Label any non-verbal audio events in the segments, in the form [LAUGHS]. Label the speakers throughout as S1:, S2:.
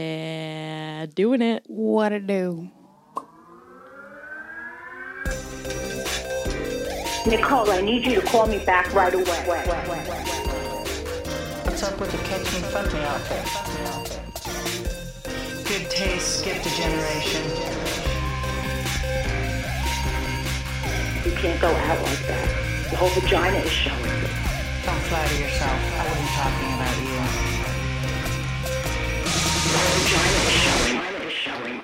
S1: Yeah, doing it.
S2: What it do?
S3: Nicole, I need you to call me back right away.
S4: What's up with the catch me, fuck me outfit? Good taste, skipped a generation.
S3: You can't go out like that. The whole vagina is showing.
S4: Don't flatter yourself. I wasn't talking about you.
S3: The whole vagina is showing. Vagina is showing.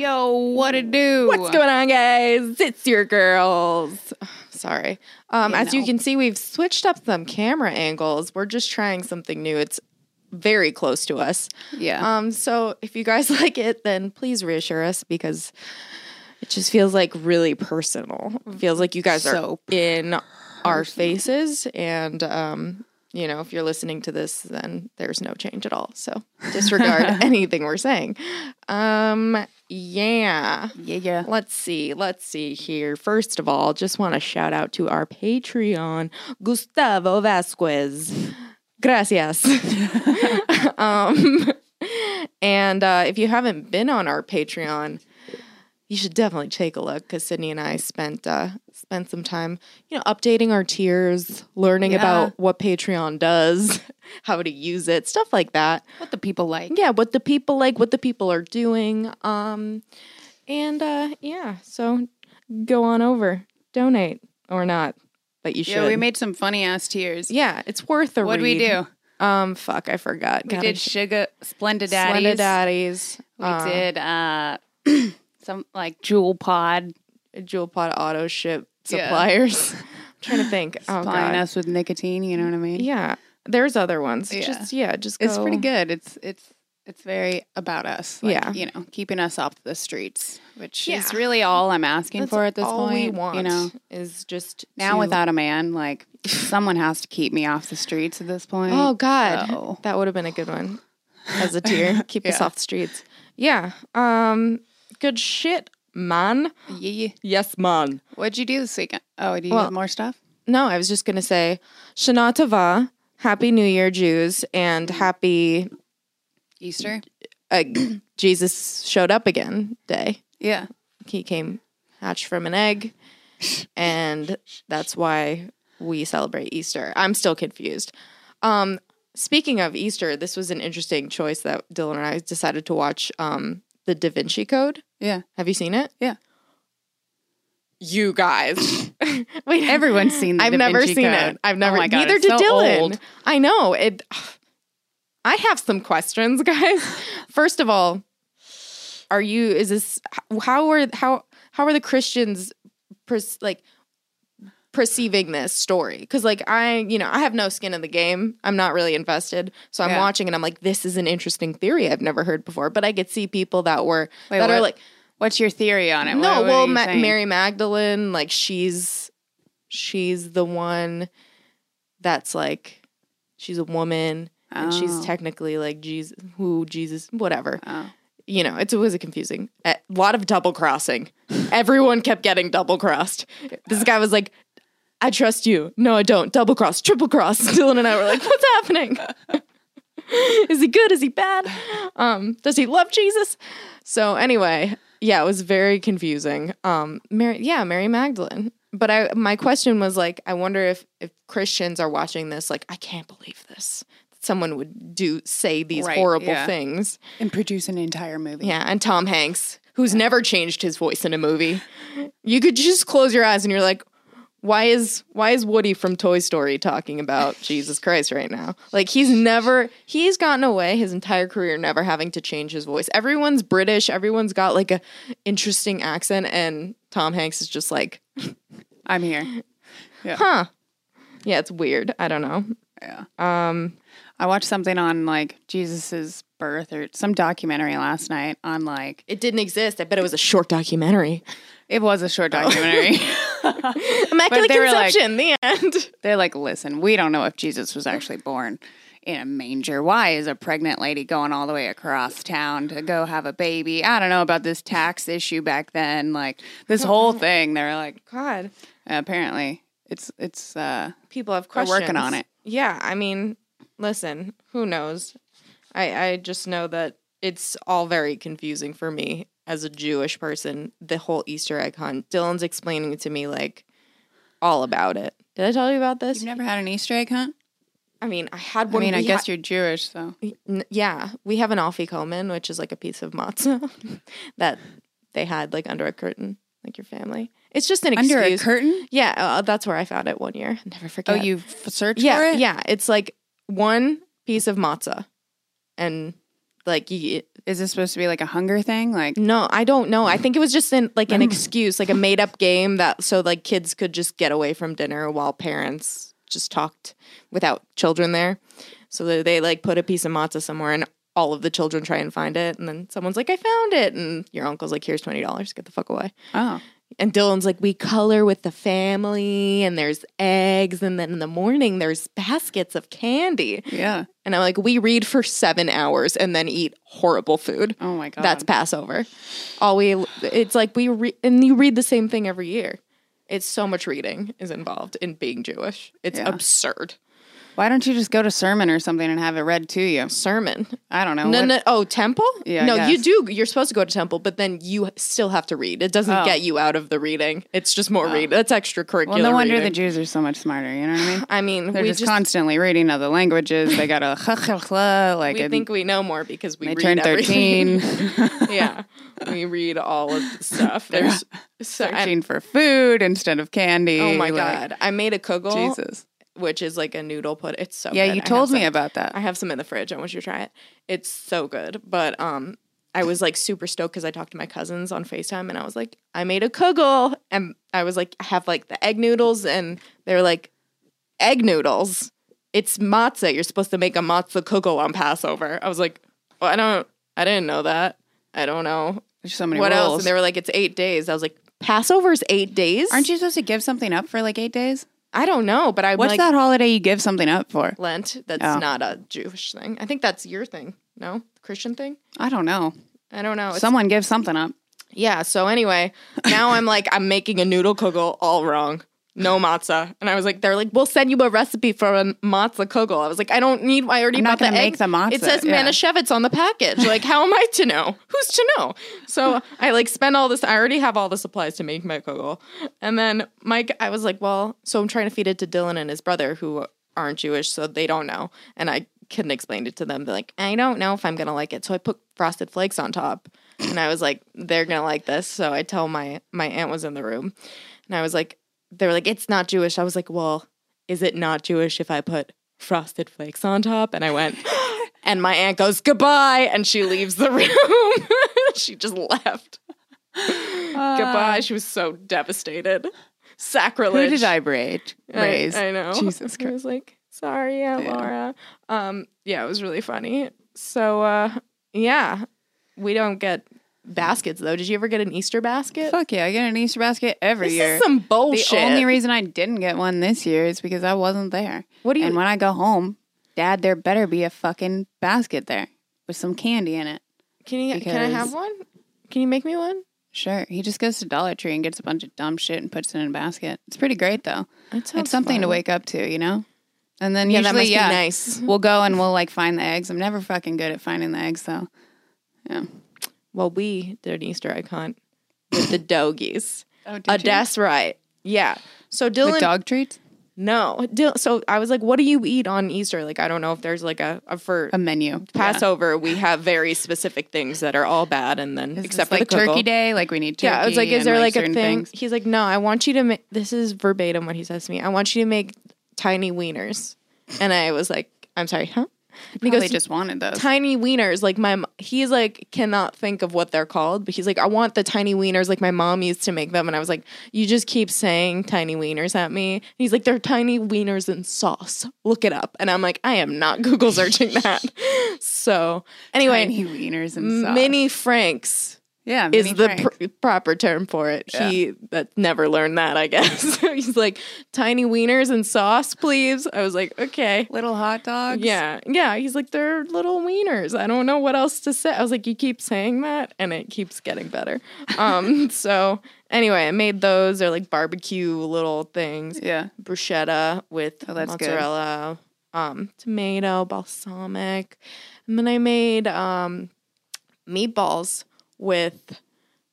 S2: Yo, what it do?
S1: What's going on, guys? It's your girls. [SIGHS] Sorry. Um, as you
S2: know.
S1: can see, we've switched up some camera angles. We're just trying something new. It's very close to us.
S2: Yeah.
S1: Um, so if you guys [LAUGHS] like it, then please reassure us because it just feels like really personal. It feels like you guys are
S2: So
S1: in our faces, and um, you know, if you're listening to this, then there's no change at all. So disregard
S2: [LAUGHS]
S1: anything we're saying. Um, yeah.
S2: yeah, yeah.
S1: Let's see. Let's see here. First of all, just want to shout out to our Patreon, Gustavo Vasquez.
S2: [LAUGHS]
S1: Gracias. um, and uh, if you haven't been on our Patreon, you should definitely take a look because Sydney and I spent uh, spent some time, you know, updating our tiers, learning
S2: Yeah.
S1: about what Patreon does, [LAUGHS] how to use it, stuff like that
S2: What the people like?
S1: yeah what the people like what the people are doing um and uh yeah so go on over donate or not but you should
S2: Yeah, we made some funny ass tears.
S1: yeah it's worth a
S2: What'd
S1: read.
S2: we do?
S1: um fuck i forgot
S2: We did sugar Splendid Daddies.
S1: Slender daddies
S2: We
S1: uh,
S2: did uh [CLEARS THROAT] some like jewel pod
S1: Uh, jewel pod auto ship
S2: Yeah. [LAUGHS]
S1: suppliers i'm trying to think oh
S2: supplying
S1: god
S2: us with nicotine, you know what I mean?
S1: yeah there's other ones
S2: Yeah.
S1: just yeah just
S2: It's pretty
S1: go-
S2: good. It's it's it's very about us. Like,
S1: Yeah.
S2: You know, keeping us off the streets, which is
S1: Yeah.
S2: really all I'm asking
S1: That's
S2: for at this
S1: all
S2: point.
S1: we want
S2: You know.
S1: is just
S2: Now
S1: to-
S2: without a man, like someone has to keep me off the streets at this point.
S1: Oh God,
S2: So-
S1: that would have been a good one as a tier. Keep us
S2: Yeah.
S1: off the streets. Yeah. Um. Good shit, man.
S2: yeah.
S1: Yes, man.
S2: What'd you do this weekend? Oh, do you
S1: Well-
S2: have more stuff?
S1: No, I was just gonna say, Shana Tova, Happy New Year, Jews, and Happy
S2: Easter?
S1: uh, [CLEARS THROAT] Jesus showed up again day.
S2: Yeah.
S1: He came hatched from an egg, and that's why we celebrate Easter. I'm still confused. Um, speaking of Easter, this was an interesting choice that Dylan and I decided to watch. Um, the Da Vinci Code.
S2: Yeah.
S1: Have you seen it?
S2: Yeah.
S1: You
S2: [LAUGHS]
S1: guys. [LAUGHS] Wait,
S2: Everyone's seen the
S1: I've
S2: Da
S1: never
S2: Vinci
S1: seen
S2: Code.
S1: it. I've never.
S2: Oh my God,
S1: neither
S2: it's
S1: did
S2: so
S1: Dylan.
S2: old.
S1: I know it. I have some questions, [LAUGHS] guys. First of all, are you? Is this how are how how are the Christians per, like perceiving this story? Because like I, you know, I have no skin in the game. I'm not really invested, so I'm
S2: Yeah.
S1: watching and I'm like, this is an interesting theory I've never heard before. But I could see people that were
S2: Wait,
S1: that are
S2: what?
S1: like,
S2: What's your theory on it?
S1: no,
S2: What- what
S1: well,
S2: are you
S1: Ma-
S2: saying?
S1: Mary Magdalene, like she's she's the one that's like she's a woman and she's
S2: Oh.
S1: technically like Jesus, who Jesus, whatever.
S2: Oh.
S1: You know, it's always a confusing. A lot of double crossing. Everyone kept getting double crossed. This guy was like. I trust you. No, I don't. Double cross, triple cross. [LAUGHS] Dylan and I were like, "What's happening? [LAUGHS] Is he good? Is he bad? Um, does he love Jesus?" So anyway, yeah, it was very confusing. Um, Mary, yeah, Mary Magdalene. But I, my question was like, I wonder if if Christians are watching this, like, I can't believe this. that Someone would do say these
S2: Right,
S1: horrible
S2: yeah.
S1: things.
S2: And produce an entire movie.
S1: Yeah, and Tom Hanks, who's never changed his voice in a movie. You could just close your eyes and you're like, why is why is Woody from Toy Story talking about [LAUGHS] Jesus Christ right now? Like he's never he's gotten away his entire career never having to change his voice. Everyone's British, everyone's got like a interesting accent and Tom Hanks is just like,
S2: I'm here.
S1: "Huh." Yeah, it's weird. I don't know.
S2: Yeah.
S1: Um
S2: I watched something on like Jesus's birth or some documentary last night on like
S1: it didn't exist. I bet it was a short documentary.
S2: it was a short [LAUGHS] documentary.
S1: [LAUGHS] Immaculate
S2: they were like-
S1: Conception, the end.
S2: They're like, listen, we don't know if Jesus was actually born in a manger. Why is a pregnant lady going all the way across town to go have a baby? I don't know about this tax issue back then. Like this [LAUGHS] whole thing. They're like,
S1: God.
S2: apparently it's it's uh
S1: people have
S2: We're
S1: questions.
S2: working on it.
S1: Yeah, I mean, listen, who knows? I, I just know that it's all very confusing for me as a Jewish person, the whole Easter egg hunt. Dylan's explaining to me like all about it. Did I tell you about this?
S2: You've never had an Easter egg hunt?
S1: I mean, I had
S2: I
S1: one.
S2: mean, I
S1: we
S2: guess you're Jewish, so.
S1: N- Yeah, we have an afikoman, which is like a piece of matzah [LAUGHS] that they had like under a curtain, like your family. It's just an excuse.
S2: Under a curtain?
S1: Yeah, uh, that's where I found it one year. Never
S2: Oh,
S1: forget.
S2: you f- searched
S1: yeah,
S2: for it?
S1: yeah. It's like one piece of matzah, and like y-
S2: Is this supposed to be like a hunger thing? Like,
S1: no, I don't know. I think it was just an like
S2: [LAUGHS]
S1: an excuse, like a made up game that so like kids could just get away from dinner while parents just talked without children there. So they, they like put a piece of matzah somewhere and all of the children try and find it and then someone's like I found it and your uncle's like here's $20 get the fuck away.
S2: oh,
S1: And Dylan's like we color with the family and there's eggs and then in the morning there's baskets of candy.
S2: yeah.
S1: And I'm like we read for 7 hours and then eat horrible food.
S2: Oh my God.
S1: That's Passover. All we it's like we re- and you read the same thing every year. It's so much reading is involved in being Jewish. It's
S2: Yeah.
S1: absurd.
S2: Why don't you just go to sermon or something and have it read to you?
S1: Sermon.
S2: I don't know.
S1: No,
S2: What-
S1: no. Oh, temple?
S2: Yeah, I
S1: No, you
S2: guess.
S1: do. You're supposed to go to temple, but then you still have to read. It doesn't
S2: Oh.
S1: get you out of the reading. It's just more read. That's extracurricular.
S2: Well, no wonder the
S1: reading.
S2: Jews are so much smarter. You know what
S1: [LAUGHS]
S2: I mean?
S1: I mean,
S2: They're
S1: we
S2: just,
S1: just,
S2: constantly reading other languages. They got a [LAUGHS] like
S1: we
S2: and
S1: think we know more because we
S2: they
S1: read
S2: turn
S1: everything.
S2: 13,
S1: [LAUGHS]
S2: [LAUGHS]
S1: yeah, we read all of the stuff. There's so, and-
S2: searching for food instead of candy.
S1: oh my
S2: like,
S1: god, I made a kugel.
S2: Jesus.
S1: which is like a noodle put. It's so
S2: Yeah,
S1: good.
S2: you
S1: I have
S2: told me
S1: some-
S2: about that.
S1: I have some in the fridge. I want you to try it. It's so good. But um, I was like super stoked because I talked to my cousins on Facetime, and I was like, I made a kugel, and I was like, I have like the egg noodles, and they're like egg noodles. It's matzah. You're supposed to make a matzah kugel on Passover. I was like, well, I don't. I didn't know that. I don't know
S2: There's so many
S1: what
S2: rules.
S1: else. And they were like, it's eight days. I was like, Passover's eight days.
S2: Aren't you supposed to give something up for like eight days?
S1: I don't know, but I'm
S2: What's
S1: like,
S2: that holiday you give something up for?
S1: Lent. That's
S2: Oh.
S1: not a Jewish thing. I think that's your thing. No, Christian thing.
S2: I don't know.
S1: I don't know. It's-
S2: Someone gives something up.
S1: yeah. So anyway, now I'm like I'm making a noodle kugel all wrong. No matzah. And I was like, they're like, we'll send you a recipe for a matzah kugel. I was like, I don't need. I already
S2: I'm
S1: bought
S2: not gonna
S1: the
S2: make
S1: eggs.
S2: the matzah,
S1: It says
S2: yeah.
S1: Manischewitz on the package. Like, how am I to know? Who's to know? So I like spent all this. I already have all the supplies to make my kugel. And then Mike, I was like, well, so I'm trying to feed it to Dylan and his brother who aren't Jewish, so they don't know. And I couldn't explain it to them. They're like, I don't know if I'm gonna like it. So I put frosted flakes on top. And I was like, they're gonna like this. So I tell my my aunt was in the room. And I was like, they were like, it's not Jewish. I was like, well, is it not Jewish if I put frosted flakes on top? And I went, [GASPS] and my aunt goes, goodbye. And she leaves the room. [LAUGHS] she just
S2: [SIGHS]
S1: left. [SIGHS] goodbye. She was so devastated.
S2: Who
S1: Sacrilege.
S2: did I braid? raise?
S1: I, I know.
S2: Jesus
S1: [LAUGHS] I
S2: Christ.
S1: was like, sorry, Aunt Laura. Um, yeah, it was really funny. So, uh, yeah, we don't get baskets though. Did you ever get an Easter basket?
S2: Fuck yeah, I get an Easter basket every
S1: this
S2: year.
S1: is some
S2: the
S1: bullshit.
S2: only reason I didn't get one this year is because I wasn't there.
S1: What do you-
S2: And when I go home, Dad, there better be a fucking basket there with some candy in it.
S1: Can you can I have
S2: Because-
S1: one? Can you make me one?
S2: Sure. He just goes to Dollar Tree and gets a bunch of dumb shit and puts it in a basket. It's pretty great though. it's something to wake up to, you know. And then
S1: Yeah, that
S2: usually,
S1: must
S2: yeah,
S1: be nice.
S2: we'll go and we'll like find the eggs. I'm never fucking good at finding the eggs though. Yeah.
S1: Well, we did an Easter egg hunt with the doggies.
S2: Oh, did
S1: Uh,
S2: you?
S1: that's right. Yeah. So Dylan,
S2: With dog treats,
S1: no. Dil- so I was like, "What do you eat on Easter?" Like, I don't know if there's like a, a for
S2: a menu.
S1: Passover. We have very specific things that are all bad, and then
S2: Is this,
S1: except for
S2: like
S1: the kugel.
S2: Turkey Day, like we need turkey.
S1: Yeah, I was like, is
S2: and,
S1: there like, a
S2: certain
S1: thing?
S2: things.
S1: He's like, no, I want you to make this is verbatim what he says to me. I want you to make tiny wieners. And I was like, I'm sorry, huh? And he
S2: Probably
S1: goes,
S2: just wanted those.
S1: tiny wieners. Like my, m- he's like cannot think of what they're called, but he's like, I want the tiny wieners. Like my mom used to make them, and I was like, you just keep saying tiny wieners at me. And he's like, they're tiny wieners in sauce. Look it up, and I'm like, I am not [LAUGHS] Google searching that. so anyway,
S2: Tiny [LAUGHS] wieners and sauce.
S1: mini Franks
S2: Yeah,
S1: is
S2: mini
S1: the
S2: Frank.
S1: pr- proper term for it. He that never learned that, I guess. [LAUGHS] He's like tiny wieners and sauce, please. I was like, okay.
S2: little hot dogs.
S1: Yeah, yeah. He's like, they're little wieners. I don't know what else to say. I was like, you keep saying that, and it keeps getting better. Um. [LAUGHS] so anyway, I made those. They're like barbecue little things.
S2: yeah.
S1: Bruschetta with
S2: Oh, that's good.
S1: mozzarella, um, tomato, balsamic, And then I made um, meatballs with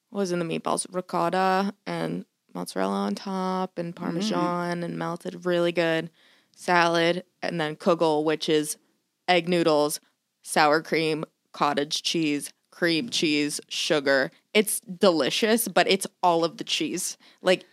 S1: what was in the meatballs ricotta and mozzarella on top and parmesan and melted really good salad and then kugel which is egg noodles sour cream cottage cheese cream cheese sugar it's delicious but it's all of the cheese like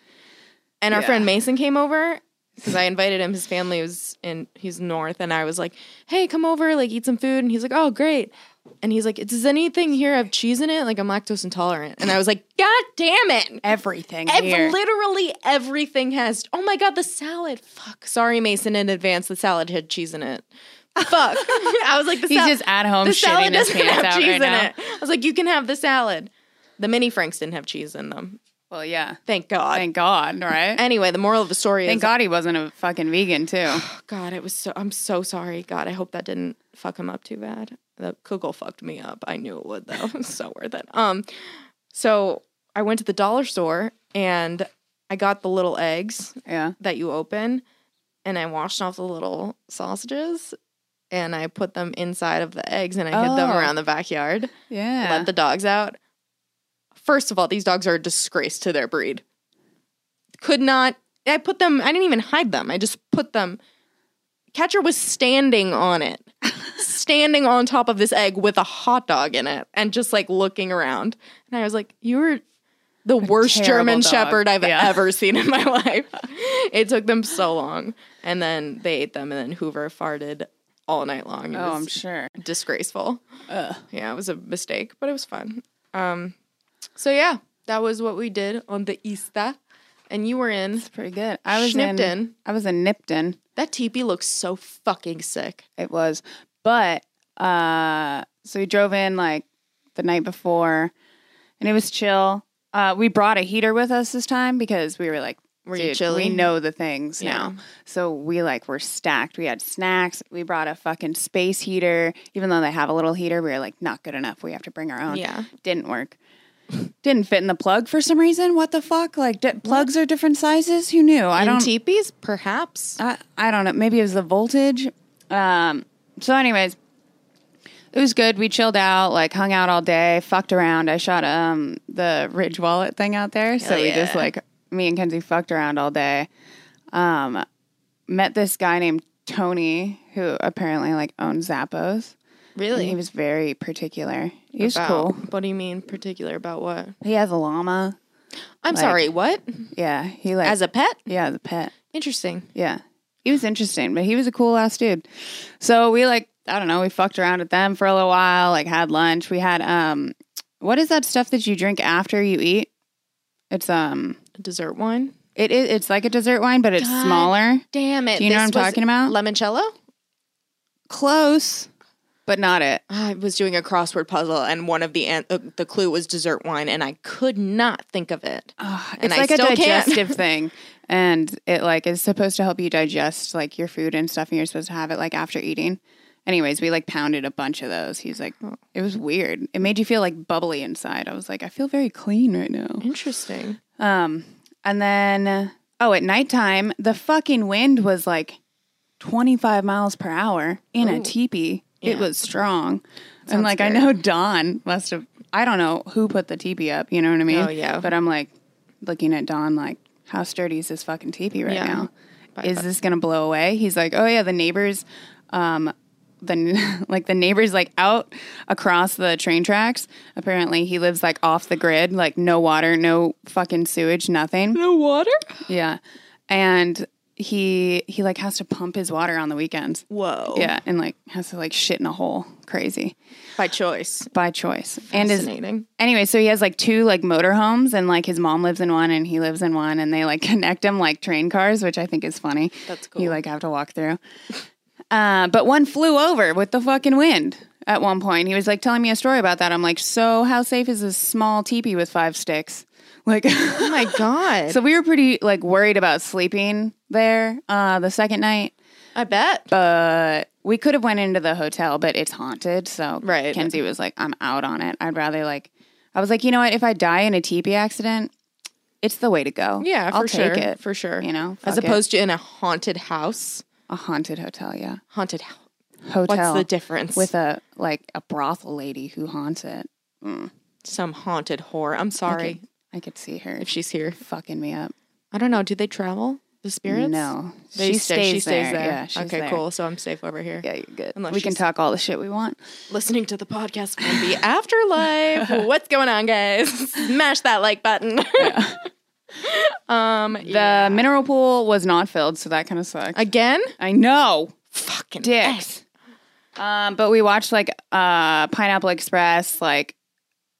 S1: and our
S2: Yeah.
S1: friend mason came over because i invited him his family was in he's north and i was like hey come over like eat some food and he's like oh great and he's like, Does anything here have cheese in it? Like, I'm lactose intolerant. And I was like, God damn it.
S2: Everything
S1: Ev-
S2: here.
S1: literally everything has. Oh my God, the salad. Fuck. Sorry, Mason, in advance. The salad had cheese in it. Fuck.
S2: [LAUGHS]
S1: I was like, the,
S2: He's
S1: sal-
S2: just at home
S1: the salad
S2: shitting his
S1: doesn't
S2: pants
S1: have
S2: out
S1: cheese
S2: right
S1: in
S2: now.
S1: it. I was like, You can have the salad. The mini Franks didn't have cheese in them.
S2: Well, yeah.
S1: Thank God.
S2: Thank God, right?
S1: anyway, the moral of the story
S2: Thank
S1: is
S2: God he wasn't a fucking vegan too.
S1: [SIGHS] Oh, God, it was so. I'm so sorry. God, I hope that didn't fuck him up too bad. The Kugel fucked me up. I knew it would though. [LAUGHS] It was so worth it. Um, so I went to the dollar store and I got the little eggs
S2: Yeah.
S1: that you open, and I washed off the little sausages, and I put them inside of the eggs, and I hid them
S2: Oh.
S1: around the backyard.
S2: Yeah.
S1: Let the dogs out. First of all, these dogs are a disgrace to their breed. Could not. I put them. I didn't even hide them. I just put them. Catcher was standing on
S2: [LAUGHS]
S1: it, standing on top of this egg with a hot dog in it, and just like looking around. And I was like, "You were the worst
S2: terrible
S1: German
S2: dog.
S1: Shepherd I've
S2: Yeah. [LAUGHS]
S1: ever seen in my life." it took them so long, and then they ate them, and then Hoover farted all night long. It
S2: oh,
S1: was
S2: I'm sure.
S1: disgraceful. Yeah, it was a mistake, but it was fun. Um, so yeah, that was what we did on the Ista, and you were in
S2: It's pretty good. I was
S1: Schnipton.
S2: in I was in Nipton.
S1: that teepee. Looks so fucking sick.
S2: It was. But uh so we drove in like the night before and it was chill. Uh we brought a heater with us this time because we were like
S1: Were you
S2: "Dude,
S1: chilly?"
S2: We know the things
S1: Yeah.
S2: now. So we like were stacked. We had snacks. We brought a fucking space heater. Even though they have a little heater, we were like, not good enough. We have to bring our own.
S1: Yeah.
S2: Didn't work. Didn't fit in the plug for some reason. What the fuck? Like di- plugs are different sizes. Who knew?
S1: E
S2: I
S1: And
S2: don't.
S1: teepees, perhaps.
S2: I, I don't know. Maybe it was the voltage. Um, so, anyways, it was good. We chilled out, like hung out all day, fucked around. I shot um the Ridge Wallet thing out there, so we just
S1: yeah.
S2: like me and Kenzie fucked around all day. Um, met this guy named Tony who apparently like owns Zappos. And
S1: Really,
S2: he was very particular. He was
S1: About-
S2: cool.
S1: What do you mean particular about what?
S2: He has a llama.
S1: I'm sorry, what?
S2: Yeah, he like
S1: As a pet?
S2: yeah, the pet.
S1: Interesting.
S2: Yeah. He was interesting, but he was a cool ass dude. So we like, I don't know, we fucked around with them for a little while, like had lunch. We had um what is that stuff that you drink after you eat? It's um
S1: Dessert wine.
S2: it is it's like a dessert wine, but it's smaller.
S1: Damn it!
S2: Do you know what I'm
S1: was
S2: talking about?
S1: Limoncello.
S2: Close, but not it.
S1: I was doing a crossword puzzle, and one of the an- uh, the clue was dessert wine, and I could not think of it.
S2: It's like a
S1: [LAUGHS]
S2: digestive thing. And it like is supposed to help you digest like your food and stuff and you're supposed to have it like after eating. Anyways, we like pounded a bunch of those. He's like
S1: Oh.
S2: it was weird. It made you feel like bubbly inside. I was like, I feel very clean right now.
S1: Interesting.
S2: Um and then oh at nighttime the fucking wind was like twenty five miles per hour in a teepee. It was strong. and like I know Don must have I don't know who put the teepee up, you know what I mean?
S1: Oh, yeah.
S2: But I'm like looking at Don like, how sturdy is this fucking teepee right
S1: Yeah.
S2: now? is this gonna blow away? He's like, Oh yeah, the neighbors um the [LAUGHS] like the neighbors like out across the train tracks. Apparently he lives like off the grid, like no water, no fucking sewage, nothing.
S1: No water?
S2: Yeah. And he he like has to pump his water on the weekends.
S1: Whoa.
S2: Yeah, and like has to like shit in a hole. Crazy.
S1: By choice.
S2: By choice. And is
S1: Fascinating.
S2: anyway, so he has like two like motor homes and like his mom lives in one and he lives in one and they like [LAUGHS] connect him like train cars, which I think is funny.
S1: That's
S2: You like have to walk through. Uh, but one flew over with the fucking wind at one point. He was like telling me a story about that. I'm like, so how safe is this small teepee with five sticks? Like [LAUGHS]
S1: Oh [LAUGHS] my god.
S2: So we were pretty like worried about sleeping there uh, the second night,
S1: I bet.
S2: but Uh, we could have went into the hotel, but it's haunted. So
S1: Right.
S2: Kenzie was like, "I'm out on it. I'd rather like." I was like, you know what? If I die in a teepee accident, it's the way to go.
S1: yeah, for
S2: I'll
S1: sure.
S2: take it
S1: For sure.
S2: You know,
S1: As
S2: fuck it.
S1: opposed to in a haunted house.
S2: a haunted hotel. Yeah,
S1: Haunted house.
S2: hotel.
S1: What's the difference
S2: with a like a brothel lady who haunts it?
S1: some haunted whore? I'm sorry
S2: I could, I could see her
S1: if she's here.
S2: fucking me up.
S1: I don't know. Do they travel? The spirits?
S2: No,
S1: They
S2: she
S1: stay-
S2: stays,
S1: she stays there.
S2: Yeah, she's
S1: okay,
S2: there.
S1: cool. So I'm safe over here.
S2: Yeah, you're good.
S1: Unless
S2: we can
S1: she's-
S2: talk all the shit we want.
S1: Listening to the podcast from the [LAUGHS]
S2: [LAUGHS]
S1: afterlife. What's going on, guys? Smash that like button. [LAUGHS] um,
S2: The mineral pool was not filled, so that kind of sucks. I,
S1: again,
S2: know,
S1: fucking
S2: dicks. Um, but we watched like uh, Pineapple Express, like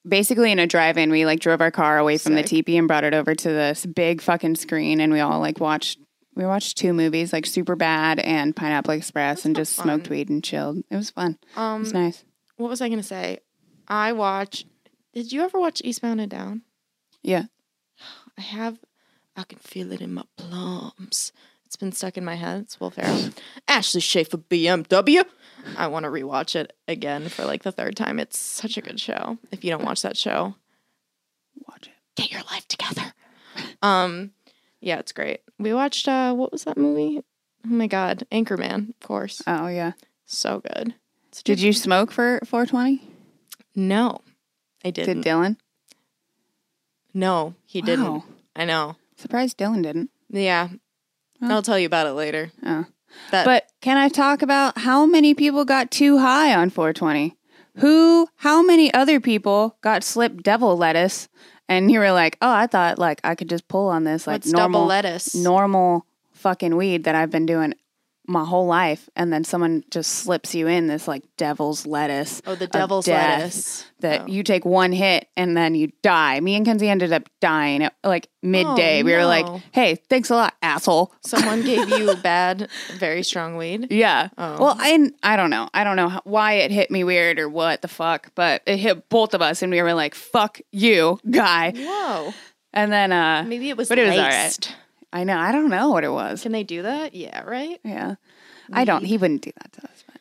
S2: basically in a drive-in. We like drove our car away from the teepee and brought it over to this big fucking screen, and we all like watched. We watched two movies, like Super Bad and Pineapple Express, and just smoked weed and chilled. It was fun. it was nice.
S1: What was I gonna say? I watch. Did you ever watch Eastbound and Down?
S2: Yeah.
S1: I have. I can feel it in my plums. It's been stuck in my head. It's Will
S2: [LAUGHS]
S1: Ferrell. Ashley Schaefer, BMW. I want to rewatch it again for like the third time. It's such a good show. If you don't watch that show,
S2: Watch it.
S1: get your life together. Um, yeah, it's great. We watched. Uh, what was that movie? Oh my God, Anchorman. Of course,
S2: Oh yeah.
S1: so good.
S2: Did you smoke for 420?
S1: No, I
S2: Did
S1: didn't.
S2: Dylan?
S1: no, he didn't.
S2: Wow.
S1: I know.
S2: Surprised Dylan didn't.
S1: Yeah. I'll tell you about it later.
S2: Oh.
S1: That,
S2: But can I talk about how many people got too high on 420? Who, how many other people got slip devil lettuce? And you were like, oh, I thought like I could just pull on this like
S1: what's double
S2: normal,
S1: lettuce?
S2: normal fucking weed that I've been doing my whole life. And then someone just slips you in this like devil's lettuce.
S1: oh, the
S2: of
S1: devil's
S2: death
S1: lettuce. Oh.
S2: That you take one hit and then you die. Me and Kenzie ended up dying at like midday. we were
S1: no.
S2: like, hey, thanks a lot, asshole.
S1: Someone gave
S2: [LAUGHS]
S1: you bad, very strong weed.
S2: Yeah.
S1: Oh.
S2: Well, I I don't know. I don't know how, why it hit me weird or what the fuck, but it hit both of us, and we were like, "Fuck you, guy."
S1: Whoa.
S2: And then, uh,
S1: Maybe it was
S2: but it was all
S1: laced.
S2: right. I know. I don't know what it was.
S1: Can they do that? Yeah, right?
S2: Yeah. I don't. He wouldn't do that to us. But.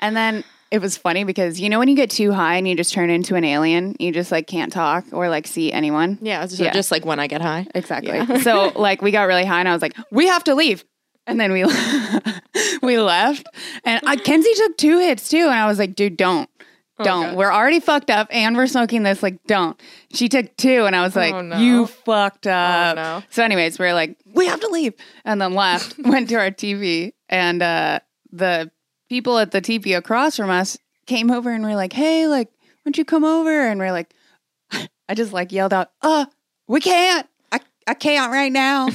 S2: And then it was funny because you know when you get too high and you just turn into an alien, you just like can't talk or like see anyone.
S1: Yeah, so
S2: Yeah.
S1: just like when I get high.
S2: [LAUGHS] Exactly. so like we got really high and I was like, we have to leave. And then we [LAUGHS] we left. And I, Kenzie took two hits too. And I was like, dude, don't.
S1: Oh,
S2: Don't. We're already fucked up and we're smoking this. Like, don't. She took two and I was like,
S1: Oh, no.
S2: you fucked up.
S1: no.
S2: So, anyways, we are like, we have to leave. And then left, [LAUGHS] went to our TV. And uh, the people at the TV across from us came over and were like, hey, like, why don't you come over? And we're like, I just like yelled out, uh, we can't. I, I can't
S1: [LAUGHS]
S2: right now.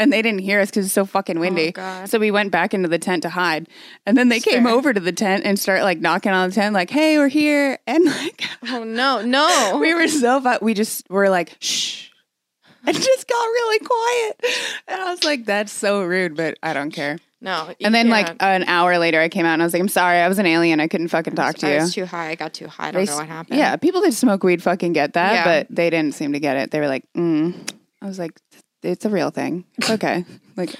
S2: and they didn't hear us because it's so fucking windy.
S1: Oh, God.
S2: So we went back into the tent to hide. And then they came over to the tent and started like knocking on the tent, like, hey, we're here. And like, [LAUGHS]
S1: Oh, no, no.
S2: we were so, fu- we just were like, shh. And just got really quiet. And I was like, that's so rude, but I don't care.
S1: no. you
S2: And then, like,
S1: can't.
S2: an hour later, I came out and I was like, I'm sorry, I was an alien. I couldn't fucking talk to you.
S1: I was too high. I got too high. I don't
S2: They
S1: know
S2: s-
S1: what happened.
S2: Yeah, people that smoke weed fucking get that,
S1: Yeah.
S2: but they didn't seem to get it. They were like, mm. I was like, it's a real thing. It's okay. [LAUGHS] like,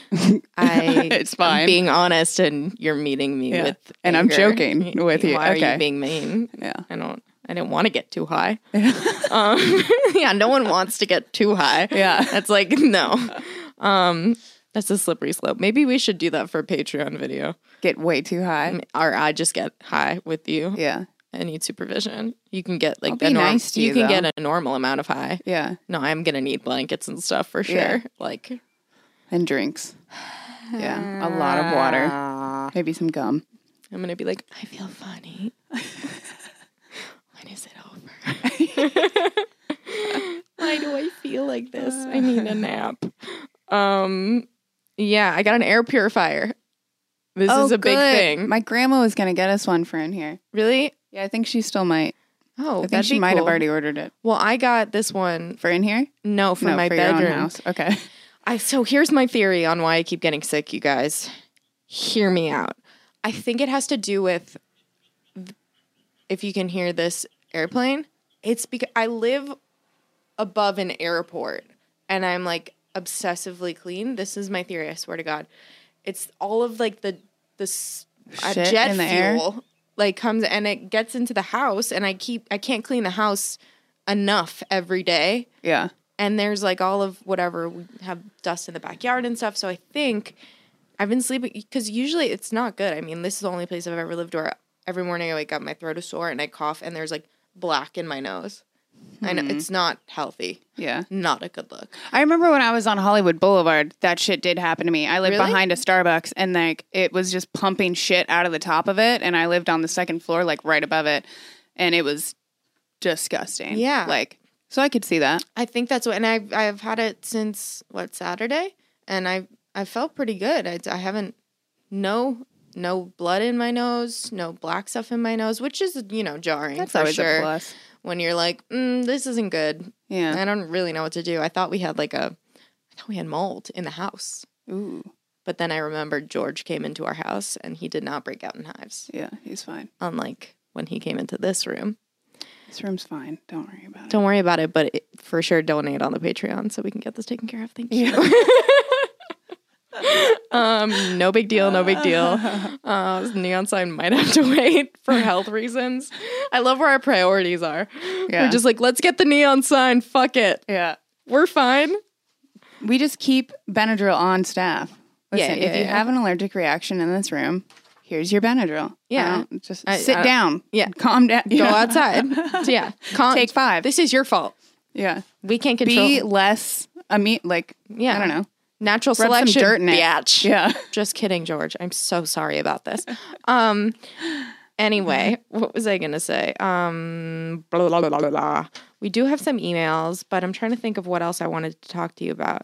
S1: I,
S2: [LAUGHS] It's fine.
S1: I'm being honest, and you're meeting me
S2: Yeah.
S1: with.
S2: And I'm
S1: anger.
S2: joking with you.
S1: Why are [LAUGHS]
S2: Okay.
S1: you being mean?
S2: Yeah.
S1: I don't. I didn't want to get too
S2: [LAUGHS]
S1: high. um, [LAUGHS] yeah, no one wants to get too high.
S2: Yeah.
S1: that's like [LAUGHS] no. Um, that's a slippery slope. Maybe we should do that for a Patreon video,
S2: get way too high.
S1: or I just get high with you.
S2: Yeah.
S1: I need supervision. You can get like
S2: I'll
S1: the
S2: be
S1: norm-
S2: nice to you,
S1: can
S2: though.
S1: get a normal amount of high.
S2: Yeah.
S1: No, I'm gonna need blankets and stuff for sure.
S2: Yeah.
S1: Like
S2: And drinks. Yeah. A lot of
S1: Ah.
S2: water. Maybe some gum.
S1: I'm gonna be like, I feel
S2: [LAUGHS]
S1: funny. when is it over?
S2: [LAUGHS]
S1: Why do I feel like this? I need a nap. Um, yeah, I got an air purifier. This is a big
S2: Oh, good.
S1: thing.
S2: My grandma was going to get us one for in here.
S1: really?
S2: Yeah, I think she still might.
S1: Oh,
S2: I think
S1: that'd
S2: she
S1: be
S2: might have
S1: cool.
S2: already ordered it
S1: Well, I got this one.
S2: for in here.
S1: No, from
S2: no,
S1: my
S2: for
S1: bedroom.
S2: your own house. Okay. [LAUGHS]
S1: I so here's my theory on why I keep getting sick, you guys. Hear me out. I think it has to do with th- if you can hear this airplane. It's because I live above an airport and I'm like obsessively clean. This is my theory, I swear to god. It's all of like the the s- uh,
S2: Shit
S1: jet
S2: in the air?
S1: fuel like comes and it gets into the house and I keep I can't clean the house enough every day
S2: Yeah.
S1: and there's like all of whatever we have dust in the backyard and stuff so i think I've been sleeping because usually it's not good. I mean, this is the only place I've ever lived where every morning I wake up, my throat is sore, and I cough, and there's like black in my nose. I
S2: Hmm.
S1: know it's not healthy.
S2: Yeah.
S1: Not a good look.
S2: I remember when I was on Hollywood Boulevard, that shit did happen to me. I lived
S1: Really?
S2: behind a Starbucks and like it was just pumping shit out of the top of it and I lived on the second floor like right above it and it was disgusting.
S1: Yeah.
S2: Like so I could see that.
S1: I think that's what, and I've I've had it since what Saturday, and I I felt pretty good. I, I haven't no no blood in my nose, no black stuff in my nose, which is you know jarring
S2: That's
S1: for
S2: always
S1: sure.
S2: a plus.
S1: When you're like, mm, this isn't good.
S2: Yeah.
S1: I don't really know what to do. I thought we had like a, I thought we had mold in the house,
S2: Ooh.
S1: but then I remembered George came into our house and he did not break out in hives,
S2: Yeah, he's fine.
S1: unlike when he came into this room.
S2: This room's fine. Don't worry about it.
S1: Don't worry about it, but it, for sure donate on the Patreon so we can get this taken care of. Thank you. [LAUGHS] um, no big deal, no big deal.
S2: [LAUGHS]
S1: Uh, neon sign might have to wait for health reasons. I love where our priorities are.
S2: Yeah.
S1: We're just like, let's get the neon sign. Fuck it.
S2: Yeah.
S1: We're fine.
S2: We just keep Benadryl on staff.
S1: Yeah,
S2: Listen,
S1: yeah,
S2: if you
S1: yeah.
S2: have an allergic reaction in this room, here's your Benadryl. I
S1: Yeah.
S2: don't- Just
S1: I-
S2: sit
S1: I-
S2: down.
S1: yeah.
S2: Calm down. [LAUGHS]
S1: Go outside. So, yeah. Con-
S2: Take five.
S1: This is your fault.
S2: Yeah.
S1: We can't control.
S2: Be less a meat like
S1: yeah.
S2: I don't know.
S1: Natural
S2: Rub some
S1: selection.
S2: dirt in it.
S1: Biatch.
S2: Yeah.
S1: Just kidding, George. I'm so sorry about
S2: [LAUGHS]
S1: this. Um anyway, what was I going to say? Um blah, blah, blah, blah, blah. We do have some emails, but I'm trying to think of what else I wanted to talk to you about.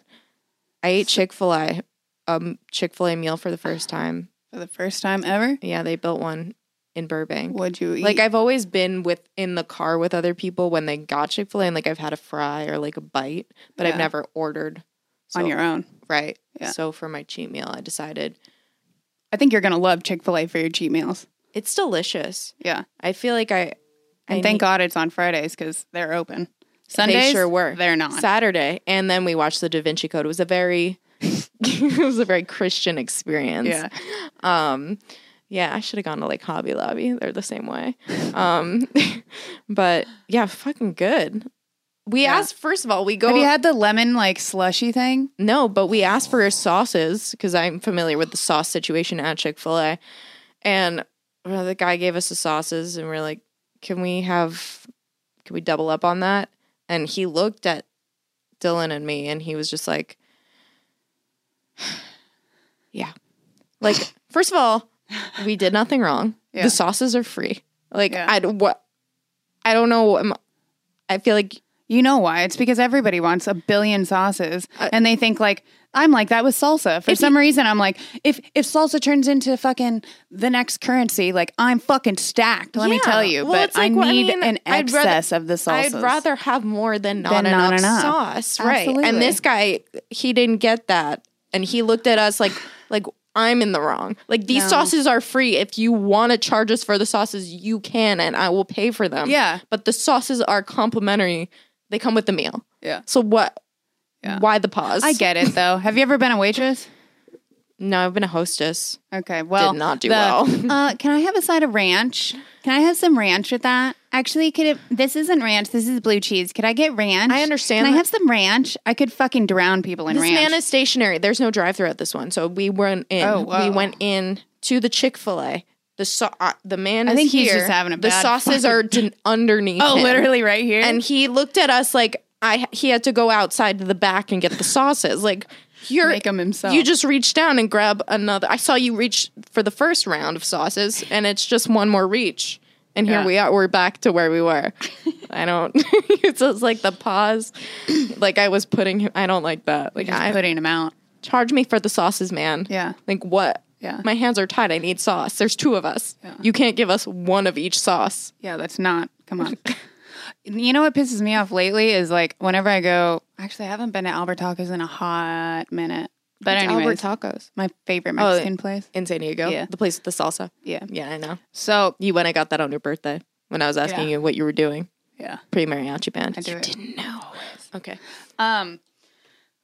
S1: I ate Chick-fil-A um Chick-fil-A meal for the first time.
S2: For the first time ever.
S1: Yeah, they built one in Burbank.
S2: Would you eat?
S1: Like I've always been with in the car with other people when they got Chick-fil-A and like I've had a fry or like a bite, but I've
S2: Yeah.
S1: never ordered
S2: on
S1: so-
S2: your own.
S1: Right.
S2: Yeah.
S1: So for my cheat meal, I decided
S2: I think you're gonna love Chick Fil A for your cheat meals.
S1: it's delicious.
S2: Yeah,
S1: I feel like I
S2: and
S1: I
S2: thank
S1: need-
S2: God it's on Fridays because they're open. Sundays,
S1: they sure were.
S2: They're not.
S1: Saturday, and then we watched the Da Vinci Code. It was a very [LAUGHS] it was a very Christian experience.
S2: yeah,
S1: Um, yeah, I should have gone to like Hobby Lobby. They're the same way. Um, [LAUGHS] but yeah, fucking good. We
S2: Yeah.
S1: asked first of all, we go
S2: have you had the lemon like slushy thing?
S1: No, but we asked for sauces because I'm familiar with the sauce situation at Chick fil A. And well, the guy gave us the sauces, and we're like, can we have, can we double up on that? And he looked at Dylan and me, and he was just like, [SIGHS] yeah. Like,
S2: [LAUGHS]
S1: first of all, we did nothing wrong.
S2: Yeah.
S1: The sauces are free. Like,
S2: Yeah.
S1: I, what, I don't know. am- I feel like
S2: You know why? It's because everybody wants a billion sauces, and they think like I'm like that with salsa. For some reason, I'm like if if salsa turns into fucking the next currency, like I'm fucking stacked. Let me
S1: Yeah.
S2: tell you,
S1: Well,
S2: but
S1: it's like,
S2: I
S1: well, I
S2: need
S1: mean,
S2: an
S1: I'd rather-
S2: excess of the salsa.
S1: I'd rather have more than not,
S2: Than
S1: enough,
S2: not enough.
S1: sauce, right? And
S2: Absolutely.
S1: this guy, he didn't get that, and he looked at
S2: [SIGHS]
S1: us like, like I'm in the wrong. Like these
S2: No.
S1: sauces are free. If you want to charge us for the sauces, you can, and I will pay for them.
S2: Yeah.
S1: but the sauces are complimentary. They come with the meal.
S2: Yeah.
S1: So what?
S2: Yeah.
S1: Why the pause?
S2: I get it though. Have you ever been a waitress?
S1: No, I've been a hostess.
S2: Okay, well,
S1: not do well.
S2: [LAUGHS] uh, can I have a side of ranch? Can I have some ranch with that? Actually, could it, this isn't ranch. This is blue cheese. Could I get ranch?
S1: I understand
S2: Can I
S1: that.
S2: have some ranch? I could fucking drown people in
S1: This
S2: ranch.
S1: man is stationary. There's no drive-through at this one, so we went in.
S2: Oh,
S1: We
S2: wow.
S1: went in to the Chick Fil A. The so- uh, the man.
S2: I
S1: is
S2: think he's
S1: here.
S2: just having a
S1: The
S2: bad
S1: sauces are d- underneath.
S2: oh,
S1: him.
S2: literally right here.
S1: And he looked at us like I. He had to go outside to the back and get the sauces. Like you're
S2: Make 'em himself.
S1: You just reach down and grab another. I saw you reach for the first round of sauces, and it's just one more reach. And here
S2: Yeah.
S1: we are. We're back to where we were.
S2: [LAUGHS]
S1: I don't. [LAUGHS] it's just like the pause. Like I was putting. him- I don't like that. Like
S2: just
S1: I
S2: putting him out.
S1: charge me for the sauces, man.
S2: Yeah.
S1: Like what?
S2: Yeah.
S1: My hands are tied. I need sauce. There's two of us. You can't give us one of each sauce.
S2: Yeah, that's not. Come [LAUGHS] on. you know what pisses me off lately is like whenever I go. Actually, I haven't been to Albert Tacos in a hot minute. But anyways,
S1: Tacos
S2: my favorite Mexican place.
S1: in San Diego.
S2: Yeah.
S1: The place with the salsa.
S2: Yeah.
S1: Yeah, I know.
S2: So
S1: You went and got that on your birthday when I was asking
S2: Yeah.
S1: you what you were doing.
S2: yeah,
S1: Pre mariachi band.
S2: I do it.
S1: Okay.
S2: Um,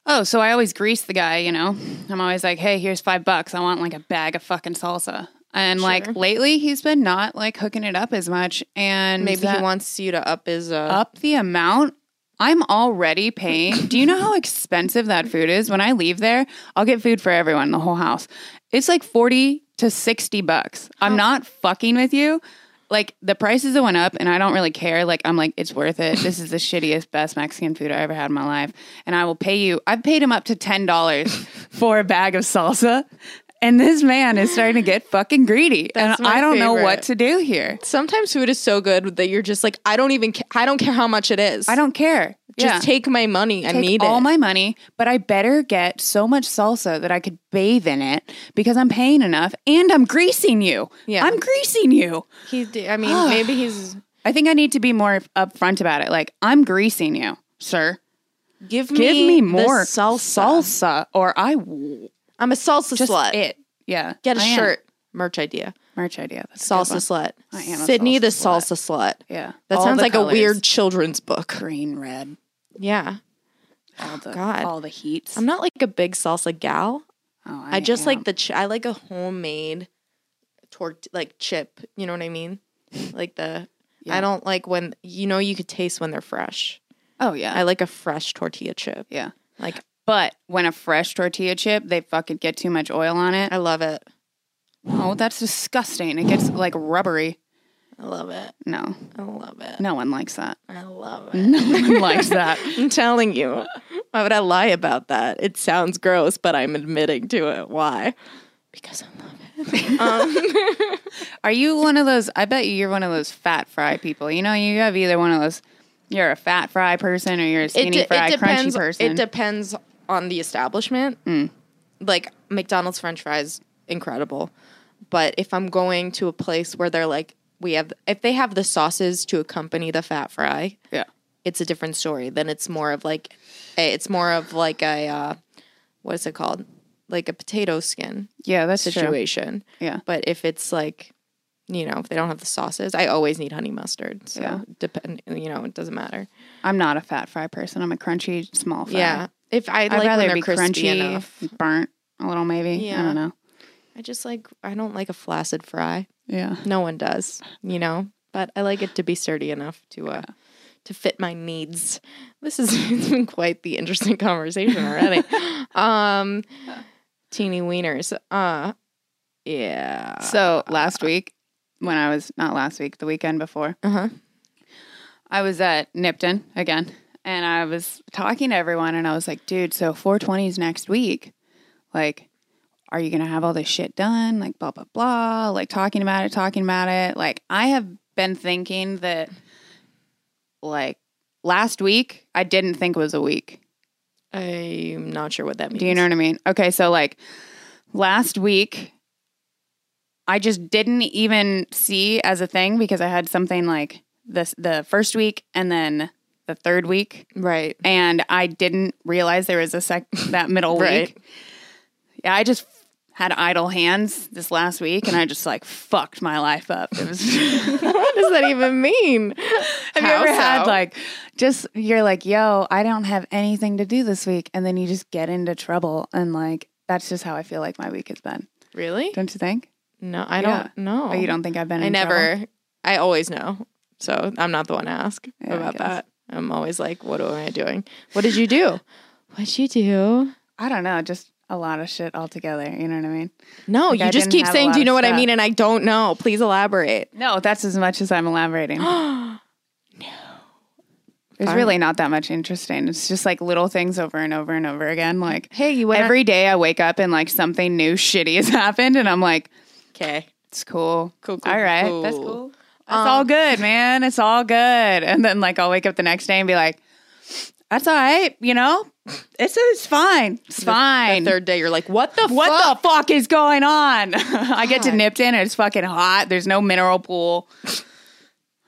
S2: oh, so I always grease the guy, you know. I'm always like, hey, here's five bucks. I want like a bag of fucking salsa. And like lately, he's been not like hooking it up as much. And
S1: Maybe
S2: uh,
S1: he wants you to up his uh,
S2: up the amount. I'm already paying. Do you know how expensive that food is? When I leave there, I'll get food for everyone, the whole house. It's like 40 to 60 bucks. I'm not fucking with you. Like the prices that went up, and I don't really care. Like, I'm like, it's worth it. This is the shittiest, best Mexican food I ever had in my life. And I will pay you. I've paid him up to $10 for a bag of salsa. And this man is starting to get fucking greedy.
S1: That's
S2: and
S1: my
S2: I don't know what
S1: favorite.
S2: to do here.
S1: Sometimes food is so good that you're just like, I don't even, ca- I don't care how much it is.
S2: I don't care.
S1: just
S2: Yeah.
S1: take my money. I
S2: take
S1: need
S2: all
S1: it.
S2: my money, but I better get so much salsa that I could bathe in it because I'm paying enough and I'm greasing you.
S1: Yeah.
S2: I'm greasing you.
S1: He d- I mean, maybe he's
S2: I think I need to be more upfront about it. Like, I'm greasing you, sir.
S1: give me
S2: Give me
S1: the
S2: more
S1: salsa.
S2: salsa or I will
S1: I'm a salsa
S2: just
S1: slut.
S2: it. Yeah.
S1: Get a
S2: I am.
S1: shirt. Merch idea.
S2: Merch idea. That's a good
S1: Salsa
S2: one.
S1: slut.
S2: I am a
S1: Sydney
S2: salsa
S1: the
S2: slut.
S1: salsa slut.
S2: Yeah.
S1: That
S2: All
S1: sounds
S2: the
S1: like a
S2: colors.
S1: weird children's book.
S2: green, red,
S1: Yeah.
S2: all the,
S1: God.
S2: All the heats.
S1: I'm not like a big salsa gal.
S2: oh,
S1: I just
S2: am.
S1: like the ch- I like a homemade tort like chip, you know what I mean? Like the I
S2: Yeah.
S1: don't like when you know you could taste when they're fresh.
S2: Oh, yeah.
S1: I like a fresh tortilla chip.
S2: yeah.
S1: Like
S2: But when a fresh tortilla chip, they fucking get too much oil on it.
S1: I love it.
S2: Oh, that's disgusting. It gets like rubbery.
S1: I love it.
S2: No,
S1: I love it.
S2: no one likes that. [LAUGHS]
S1: I love it.
S2: No one likes that.
S1: I'm telling you. Why would I lie about that? It sounds gross, but I'm admitting to it. Why? Because I love it.
S2: Are you one of those? I bet you you're one of those fat fry people. You know, you have either one of those. You're a fat fry person, or you're a skinny
S1: de-
S2: fry,
S1: depends,
S2: crunchy person. Mm.
S1: It depends on the establishment. Like McDonald's French fries, incredible. But if I'm going to a place where they're like, we have, if they have the sauces to accompany the fat fry,
S2: yeah,
S1: it's a different story. Then it's more of like, a, it's more of like a, uh, what is it called? Like a potato skin
S2: yeah, that's true.
S1: situation.
S2: Yeah.
S1: But if it's like, you know, if they don't have the sauces, I always need honey mustard. So
S2: Yeah.
S1: depend, you know, it doesn't matter.
S2: I'm not a fat fry person. I'm a crunchy small fry.
S1: Yeah. If I
S2: I'd
S1: like when
S2: rather
S1: they're
S2: be
S1: crispy
S2: crunchy,
S1: enough.
S2: burnt a little maybe. I
S1: Yeah.
S2: don't know.
S1: I just like I don't like a flaccid fry.
S2: Yeah,
S1: No one does, you know. But I like it to be sturdy enough to uh to fit my needs. This is [LAUGHS] it's been quite the interesting conversation
S2: [LAUGHS]
S1: already. um teeny wieners. Uh yeah.
S2: So last week, when I was not last week, the weekend before,
S1: Uh-huh.
S2: I was at Nipton again, and I was talking to everyone, and I was like, "Dude, so 420 is next week. Like, are you gonna have all this shit done? Like, blah blah blah. Like, talking about it, talking about it. Like, I have been thinking that, like, last week I didn't think was a week.
S1: I'm not sure what that means.
S2: Do you know what I mean? Okay, so like last week, I just didn't even see as a thing because I had something like this the first week and then the third week,
S1: Right.
S2: and I didn't realize there was a sec [LAUGHS] that middle
S1: Right.
S2: week. Yeah, I just had idle hands this last week, and I just like fucked my life up. It [LAUGHS] was.
S1: What does that even mean?
S2: Have you ever had like just you're like, yo, I don't have anything to do this week, and then you just get into trouble, and like that's just how I feel like my week has been.
S1: really?
S2: Don't you think?
S1: No, I
S2: Yeah.
S1: don't know.
S2: Oh, you don't think I've been?
S1: I
S2: in trouble?
S1: never. I always know. So I'm not the one to ask
S2: Yeah, I
S1: about
S2: guess.
S1: that. I'm always like, what am I doing? What did you do? What'd you do?
S2: I don't know. Just a lot of shit altogether. You know what I mean?
S1: No,
S2: Like,
S1: you
S2: I
S1: just
S2: didn't
S1: keep
S2: have a
S1: saying,
S2: lot
S1: do you know
S2: of
S1: what I
S2: stuff."
S1: mean? And I don't know. Please elaborate.
S2: No, that's as much as I'm
S1: [GASPS]
S2: elaborating. no, there's
S1: Fine.
S2: really not that much interesting. It's just like little things over and over and over again. Like
S1: Hey, you went.
S2: every day I wake up and like something new shitty has [LAUGHS] happened, and I'm like,
S1: okay.
S2: It's cool.
S1: Cool, cool,
S2: All right.
S1: cool. Um,
S2: That's cool. That's all good, man. It's all good. And then like I'll wake up the next day and be like, that's all right, you know? It's it's fine. It's fine.
S1: Third day, you're like, what the
S2: what
S1: fuck?
S2: the fuck is going on? [LAUGHS] I get to
S1: God.
S2: Nipton and it's fucking hot. There's no mineral pool.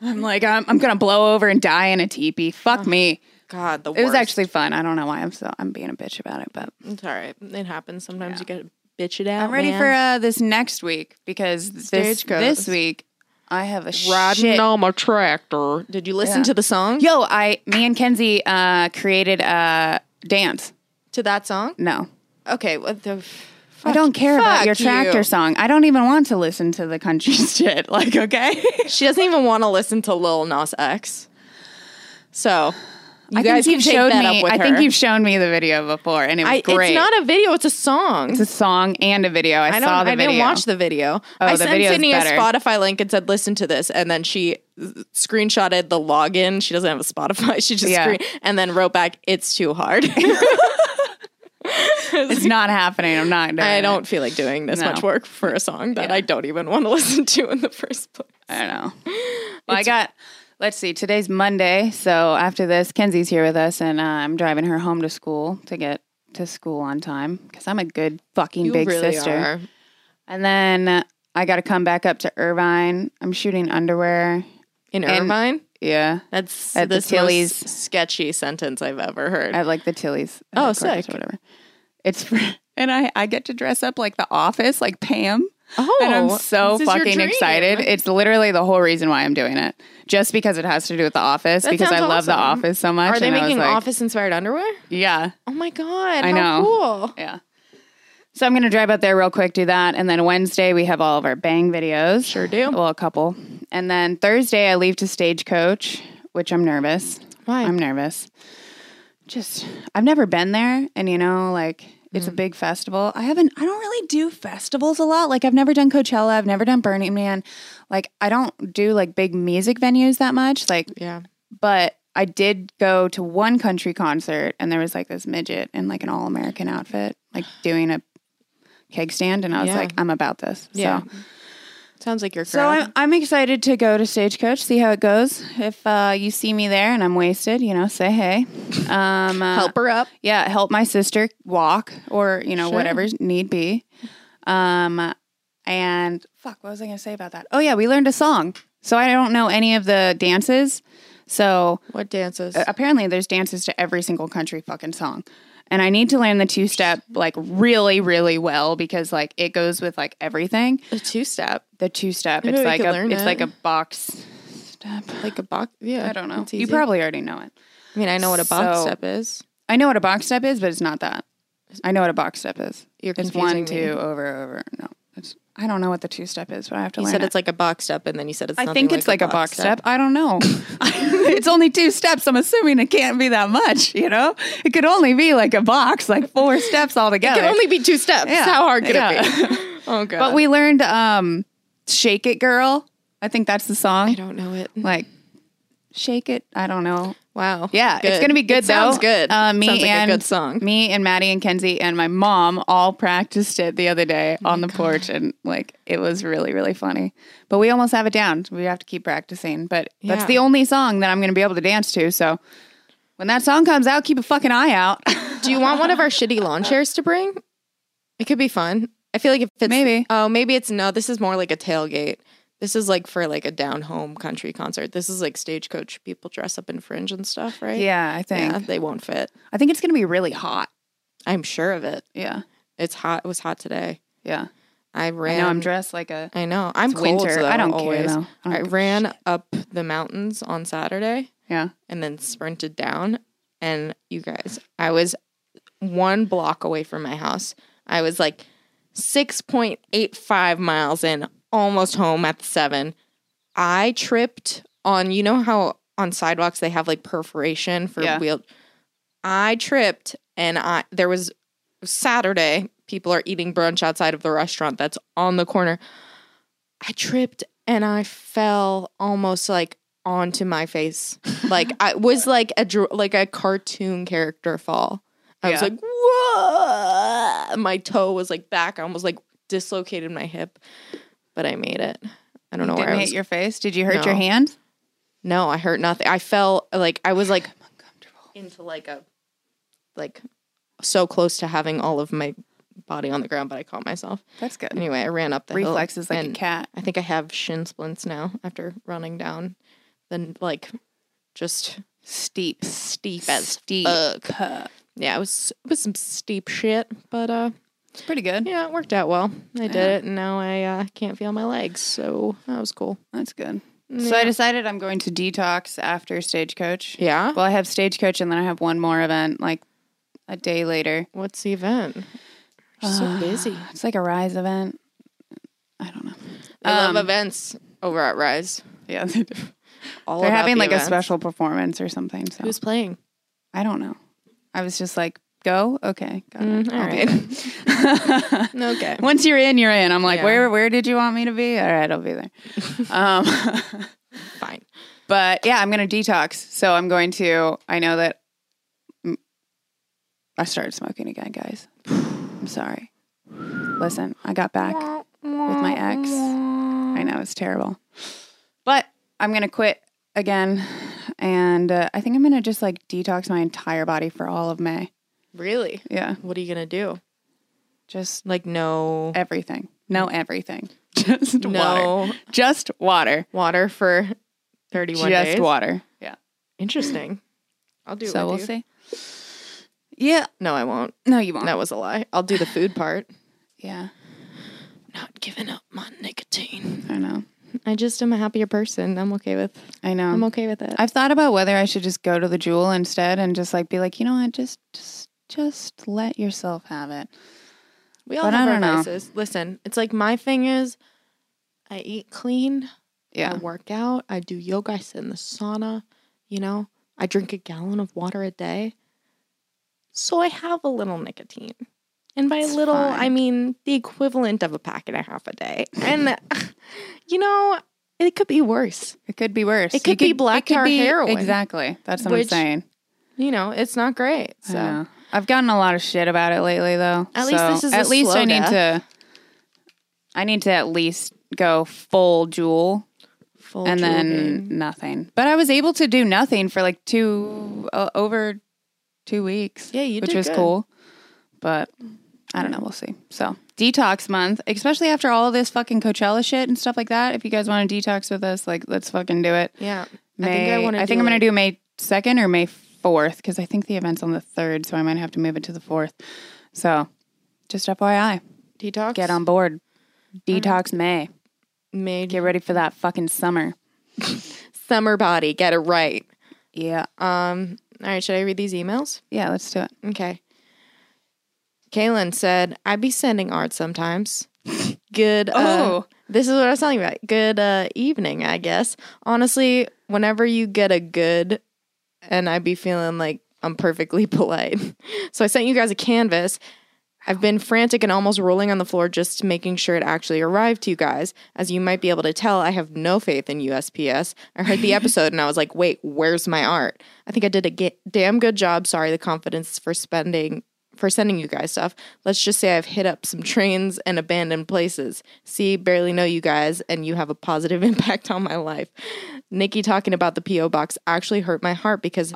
S2: I'm like, I'm, I'm gonna blow over and die in a teepee. Fuck me.
S1: God, the
S2: It was
S1: worst.
S2: actually fun. I don't know why I'm so I'm being a bitch about it, but
S1: It's all right. It happens. Sometimes you get bitch it out.
S2: I'm ready
S1: man.
S2: for uh, this next week because this
S1: Stage goes.
S2: this week I have a
S1: riding
S2: shit
S1: on my tractor. Did you listen
S2: Yeah.
S1: to the song?
S2: Yo, I me and Kenzie uh, created a dance.
S1: To that song?
S2: No.
S1: Okay. What the? Fuck,
S2: I don't care about
S1: fuck
S2: your tractor
S1: you.
S2: song. I don't even want to listen to the country [LAUGHS] shit.
S1: [LAUGHS]
S2: Like, okay.
S1: She doesn't even want to listen to Lil Nas X. So You
S2: I
S1: guys
S2: think
S1: can
S2: you've
S1: take
S2: showed
S1: that
S2: me.
S1: up with
S2: I
S1: her.
S2: think you've shown me the video before, and it was
S1: I, It's
S2: great.
S1: not a video; it's a song.
S2: it's a song and a video. I,
S1: I don't.
S2: saw the
S1: I
S2: video.
S1: didn't watch the video.
S2: Oh,
S1: I
S2: the
S1: sent
S2: video's
S1: Sydney
S2: better.
S1: a Spotify link and said, "Listen to this," and then she screenshotted the login. She doesn't have a Spotify. [LAUGHS] She just
S2: Yeah.
S1: screen and then wrote back, "It's too
S2: [LAUGHS]
S1: hard.
S2: It's not happening. I'm not. Doing
S1: I
S2: it.
S1: don't feel like doing this
S2: No.
S1: much work for a song that I don't even want to listen to in the first place."
S2: I
S1: [LAUGHS]
S2: don't know. Well, I got. Let's see. Today's Monday, so after this, Kenzie's here with us, and uh, I'm driving her home to school to get to school on time because I'm a good fucking big sister. And then uh, I got to come back up to Irvine. I'm shooting underwear.
S1: in
S2: And-
S1: Irvine.
S2: Yeah,
S1: That's
S2: At the
S1: this
S2: Tilly's.
S1: most sketchy sentence I've ever heard.
S2: at like the Tilly's.
S1: Oh,
S2: headquarters
S1: sick.
S2: Or whatever. It's for, [LAUGHS] and I I get to dress up like the office, like Pam.
S1: oh,
S2: and I'm so
S1: this is your
S2: fucking
S1: dream.
S2: excited. It's literally the whole reason why I'm doing it, just because it has to do with the office.
S1: That
S2: because I
S1: sounds
S2: love the
S1: awesome.
S2: office so much.
S1: Are they
S2: and I was
S1: making
S2: like,
S1: office-inspired underwear?
S2: Yeah,
S1: Oh my god!
S2: I
S1: how
S2: know.
S1: Cool.
S2: yeah. So I'm gonna drive up there real quick, do that, and then Wednesday we have all of our bang videos.
S1: Sure do.
S2: Well, a couple, and then Thursday I leave to Stagecoach, which I'm nervous.
S1: Why?
S2: I'm nervous. Just I've never been there, and you know, like it's
S1: Mm-hmm.
S2: a big festival. I haven't. I don't really do festivals a lot. Like I've never done Coachella. I've never done Burning Man. Like I don't do like big music venues that much. Like,
S1: yeah.
S2: but I did go to one country concert, and there was like this midget in like an all American outfit, like doing a keg stand, and I was
S1: Yeah.
S2: like, I'm about this.
S1: Yeah.
S2: So.
S1: Sounds like your girl.
S2: So I'm, I'm excited to go to Stagecoach, see how it goes. If uh, you see me there and I'm wasted, you know, say [LAUGHS] hey. Um, uh,
S1: help her up.
S2: Yeah, help my sister walk or, you know,
S1: Sure.
S2: whatever need be. Um, and fuck, what was I going to say about that? Oh, yeah, we learned a song. So I don't know any of the dances. So
S1: What dances?
S2: uh, apparently there's dances to every single country fucking song. And I need to learn the two step like really, really well because like it goes with like everything
S1: a two step,
S2: the two step.
S1: Maybe
S2: It's
S1: we
S2: like
S1: could
S2: a
S1: learn
S2: it's
S1: it.
S2: like a box step.
S1: like a box. Yeah,
S2: I don't know.
S1: it's
S2: You
S1: easy.
S2: probably already know it.
S1: I mean, I know what a box
S2: So-
S1: step is.
S2: I know what a box step is, but it's not that. I know what a box step is.
S1: You're
S2: It's
S1: confusing
S2: one,
S1: me.
S2: two, over, over. No, it's I don't know what the two step is, but I have to
S1: You
S2: learn.
S1: said
S2: it.
S1: it's like a box step, and then you said it's.
S2: I
S1: nothing
S2: think it's like, a box step. I
S1: [LAUGHS]
S2: don't know. [LAUGHS] it's only two steps. I'm assuming it can't be that much. You know, it could only be like a box, like
S1: [LAUGHS]
S2: four steps
S1: It
S2: altogether.
S1: can only be two steps.
S2: Yeah.
S1: How hard could
S2: Yeah.
S1: it be?
S2: [LAUGHS]
S1: Oh god.
S2: but we learned um, "Shake It, Girl." I think that's the song.
S1: I don't know it.
S2: like shake it. I don't know.
S1: Wow.
S2: Yeah, it's gonna be good.
S1: It sounds
S2: though.
S1: good.
S2: Uh, me
S1: sounds like
S2: and
S1: a good song.
S2: Me and Maddie and Kenzie and my mom all practiced it the other day
S1: Oh
S2: on the porch, and like it was really really funny. But we almost have it down. We have to keep practicing. But that's
S1: Yeah.
S2: the only song that I'm gonna be able to dance to. So when that song comes out, keep a fucking
S1: [LAUGHS]
S2: eye out.
S1: Do you want one of our shitty lawn chairs to bring? It could be fun. I feel like if it's
S2: Maybe.
S1: Oh, maybe it's no. This is more like a tailgate. This is like for like a down home country concert. This is like stagecoach people dress up in fringe and stuff, right?
S2: yeah, I think
S1: Yeah, they won't fit.
S2: I think it's gonna be really hot.
S1: I'm sure of it.
S2: Yeah,
S1: It's hot. It was hot today.
S2: yeah.
S1: I
S2: I
S1: ran.
S2: know I'm dressed like a.
S1: I know. I'm
S2: It's
S1: cold.
S2: winter.
S1: Though,
S2: I don't care,
S1: always.
S2: though. I don't
S1: I,
S2: give a
S1: ran up the mountains on Saturday
S2: Yeah,
S1: and then sprinted down. And you guys, I was one block away from my house. I was like 6.85 miles in, almost home at the seven. I tripped on, you know how on sidewalks they have like perforation for
S2: Yeah.
S1: wheel. I tripped and I there was Saturday, people are eating brunch outside of the restaurant that's on the corner. I tripped and I fell almost like onto my face. Like I was like a dr- like a cartoon character fall. I was
S2: Yeah.
S1: like, whoa! My toe was like back. I almost like dislocated my hip, but I made it. I don't know where
S2: didn't
S1: I
S2: hit
S1: was.
S2: your face. Did you hurt your
S1: No.
S2: hand?
S1: no, I hurt nothing. I fell like I was like into like a like so close to having all of my body on the ground, but I caught myself.
S2: That's good.
S1: Anyway, I ran up the hill
S2: Reflexes like a
S1: and
S2: cat.
S1: I think I have shin splints now after running down. Then like just
S2: Steep.
S1: steep as
S2: Steep.
S1: fuck.
S2: Huh.
S1: Yeah, it was it was some steep shit, but uh
S2: It's pretty good.
S1: yeah, it worked out well. I did it and now I uh, can't feel my legs, so that was cool.
S2: That's good. So I decided I'm going to detox after Stagecoach.
S1: Yeah.
S2: Well, I have Stagecoach and then I have one more event like a day later.
S1: What's the event? You're
S2: Uh,
S1: so busy.
S2: It's like a Rise event. I don't know.
S1: They
S2: um,
S1: love events over at Rise.
S2: Yeah.
S1: All [LAUGHS]
S2: They're
S1: about
S2: having
S1: the
S2: like
S1: events.
S2: a special performance or something. So [LAUGHS]
S1: Who's playing?
S2: I don't know. I was just like, go? Okay. Got it.
S1: All right. [LAUGHS] okay.
S2: Once you're in, you're in. I'm like,
S1: Yeah.
S2: where where did you want me to be? All right, I'll be there. um,
S1: Fine.
S2: but yeah, I'm gonna detox. So I'm going to. I know that mm, I started smoking again, guys. [SIGHS] I'm sorry. Listen, I got back with my ex. I know it's terrible, but I'm gonna quit again, and uh, I think I'm gonna just like detox my entire body for all of May.
S1: Really?
S2: Yeah,
S1: What are you gonna do?
S2: just
S1: Like no
S2: everything. No, everything. [LAUGHS] Just water.
S1: no
S2: Just water.
S1: water for thirty one
S2: just
S1: days.
S2: water. Yeah.
S1: Interesting. I'll do it.
S2: So
S1: with
S2: we'll
S1: you.
S2: see. Yeah.
S1: No, I won't.
S2: No, you won't.
S1: That was a lie. I'll do the food part.
S2: Yeah.
S1: Not giving up my nicotine.
S2: I know.
S1: I just am a happier person. I'm okay with
S2: I know.
S1: I'm okay with it.
S2: I've thought about whether I should just go to the jewel instead and just like be like, you know what, just just just let yourself have it.
S1: we all
S2: but
S1: have
S2: I
S1: our
S2: don't know.
S1: vices. Listen, it's like my thing is I eat clean, I
S2: Yeah.
S1: work out, I do yoga, I sit in the sauna, you know, I drink a gallon of water a day. So I have a little nicotine. And by
S2: It's
S1: little, I
S2: fine.
S1: mean the equivalent of a pack and a half a day. And, [LAUGHS] you know, it could be worse.
S2: It could be worse.
S1: It could be black tar heroin.
S2: Exactly. That's what
S1: Which-
S2: I'm saying.
S1: You know, it's not great.
S2: I
S1: So
S2: know. I've gotten a lot of shit about it lately though.
S1: At least
S2: so
S1: this is a
S2: at least
S1: slow
S2: I need
S1: death.
S2: to I need to at least go full jewel
S1: full
S2: and
S1: jewel
S2: then
S1: game.
S2: nothing. But I was able to do nothing for like two uh, over two weeks.
S1: Yeah, you
S2: which
S1: did
S2: was
S1: good.
S2: cool. But I don't know. We'll see. So detox month, especially after all of this fucking Coachella shit and stuff like that. If you guys want to detox with us, like let's fucking do it.
S1: yeah.
S2: May,
S1: I think I want to.
S2: I'm gonna do May second or May fourth because I think the event's on the third, so I might have to move it to the fourth. So just FYI,
S1: detox.
S2: get on board. Detox May.
S1: May
S2: Get ready for that fucking summer.
S1: summer body. Get it right.
S2: Yeah.
S1: Um. All right. Should I read these emails?
S2: Yeah, let's do it.
S1: Okay. Kaylin said, "I be sending art sometimes." [LAUGHS] Good. uh,
S2: Oh.
S1: this is what I was telling you about. Good uh, evening, I guess. Honestly, whenever you get a good, and I be feeling like I'm perfectly [LAUGHS] polite, so I sent you guys a canvas. I've been frantic and almost rolling on the floor just making sure it actually arrived to you guys. As you might be able to tell, I have no faith in USPS. I heard the episode and I was like, wait, where's my art? I think I did a ga- damn good job. Sorry, the confidence for spending. For sending you guys stuff. Let's just say I've hit up some trains and abandoned places. See, barely know you guys, and you have a positive [LAUGHS] impact on my life. Nikki talking about the P.O. box actually hurt my heart because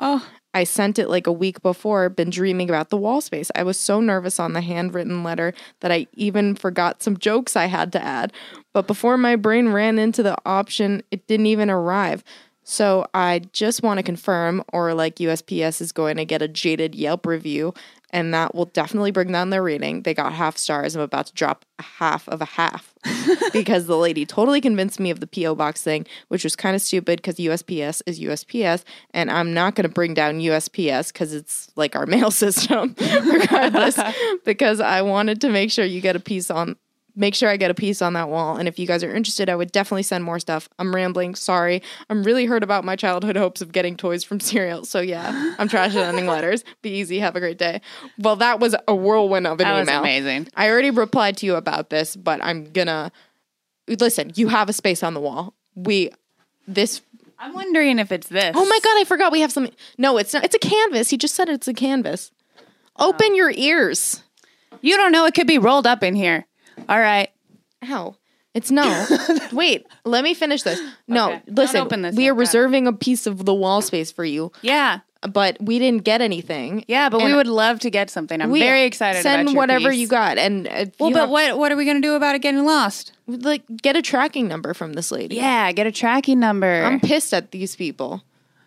S1: I sent it like a week before, been dreaming about the wall space. I was so nervous on the handwritten letter that I even forgot some jokes I had to add. But before my brain ran into the option, it didn't even arrive. So I just want to confirm, or like USPS is going to get a jaded Yelp review, and that will definitely bring down their rating. They got half stars. I'm about to drop a half of a half
S2: [LAUGHS]
S1: because the lady totally convinced me of the P.O. box thing, which was kind of stupid because USPS is USPS, and I'm not going to bring down USPS because it's like our [LAUGHS] mail system,
S2: [LAUGHS]
S1: regardless, because I wanted to make sure you get a piece on. Make sure I get a piece on that wall. And if you guys are interested, I would definitely send more stuff. I'm rambling. Sorry. I'm really hurt about my childhood hopes of getting toys from [LAUGHS] cereal. So, yeah, I'm trash at ending letters. Be easy. Have a great day. Well, that was a whirlwind of an
S2: That was
S1: email.
S2: amazing.
S1: I already replied to you about this, but I'm gonna listen. You have a space on the wall. We this.
S2: I'm wondering if it's this.
S1: Oh my god, I forgot we have something. No, it's not. It's a canvas. He just said it's a canvas. Open your ears.
S2: You don't know. It could be rolled up in here. All right.
S1: Ow. It's [LAUGHS] no. Wait, let me finish this. No,
S2: Okay. Don't
S1: listen.
S2: open this
S1: we
S2: yet.
S1: are
S2: Got it.
S1: reserving a piece of the wall space for you,
S2: Yeah.
S1: but we didn't get anything.
S2: Yeah, but we
S1: And
S2: would love to get something. I'm
S1: we-
S2: very excited
S1: Send
S2: about your
S1: whatever
S2: piece.
S1: you got, and if
S2: Well,
S1: you
S2: but
S1: have-
S2: what what are we going to do about it getting lost?
S1: like get a tracking number from this lady.
S2: Yeah, get a tracking number.
S1: I'm pissed at these people.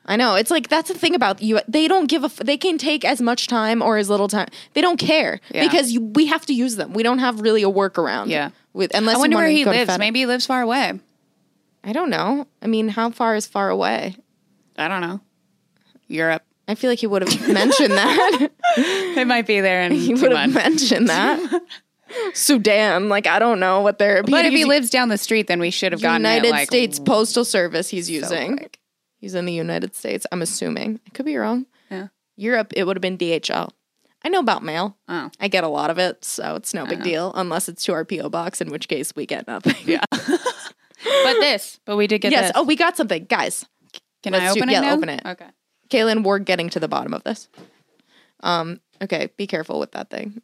S1: I know. It's like that's the thing about you. They don't give a. F- they can take as much time or as little time. They don't care
S2: Yeah.
S1: because you, we have to use them. We don't have really a workaround.
S2: Yeah.
S1: With unless
S2: I wonder
S1: you wanna
S2: where he
S1: go to
S2: lives.
S1: FedEx.
S2: Maybe he lives far away.
S1: I don't know. I mean, how far is far away?
S2: I don't know. [LAUGHS] Europe.
S1: I feel like he would have [LAUGHS] mentioned that.
S2: It might be there [LAUGHS] in
S1: he
S2: two
S1: would have
S2: months.
S1: mentioned
S2: [LAUGHS]
S1: that. Sudan. Like I don't know what they're.
S2: But if he
S1: he's
S2: lives down the street, then we should have gotten
S1: United
S2: it. Like,
S1: States Postal Service he's using. He's in the United States, I'm assuming. I could be wrong.
S2: Yeah.
S1: Europe, it would have been DHL. I know about mail.
S2: Oh.
S1: I get a lot of it, so it's no big deal unless it's to our PO box, in which case we get
S2: [LAUGHS]
S1: nothing. Yeah.
S2: But this, [LAUGHS] but we did
S1: [LAUGHS]
S2: get
S1: yes.
S2: this.
S1: Oh, we got something, guys.
S2: Can I
S1: let's do-
S2: open it?
S1: yeah,
S2: now?
S1: open it.
S2: Okay.
S1: Kaylin, we're getting to the bottom of this. Um. Okay. Be careful with that thing.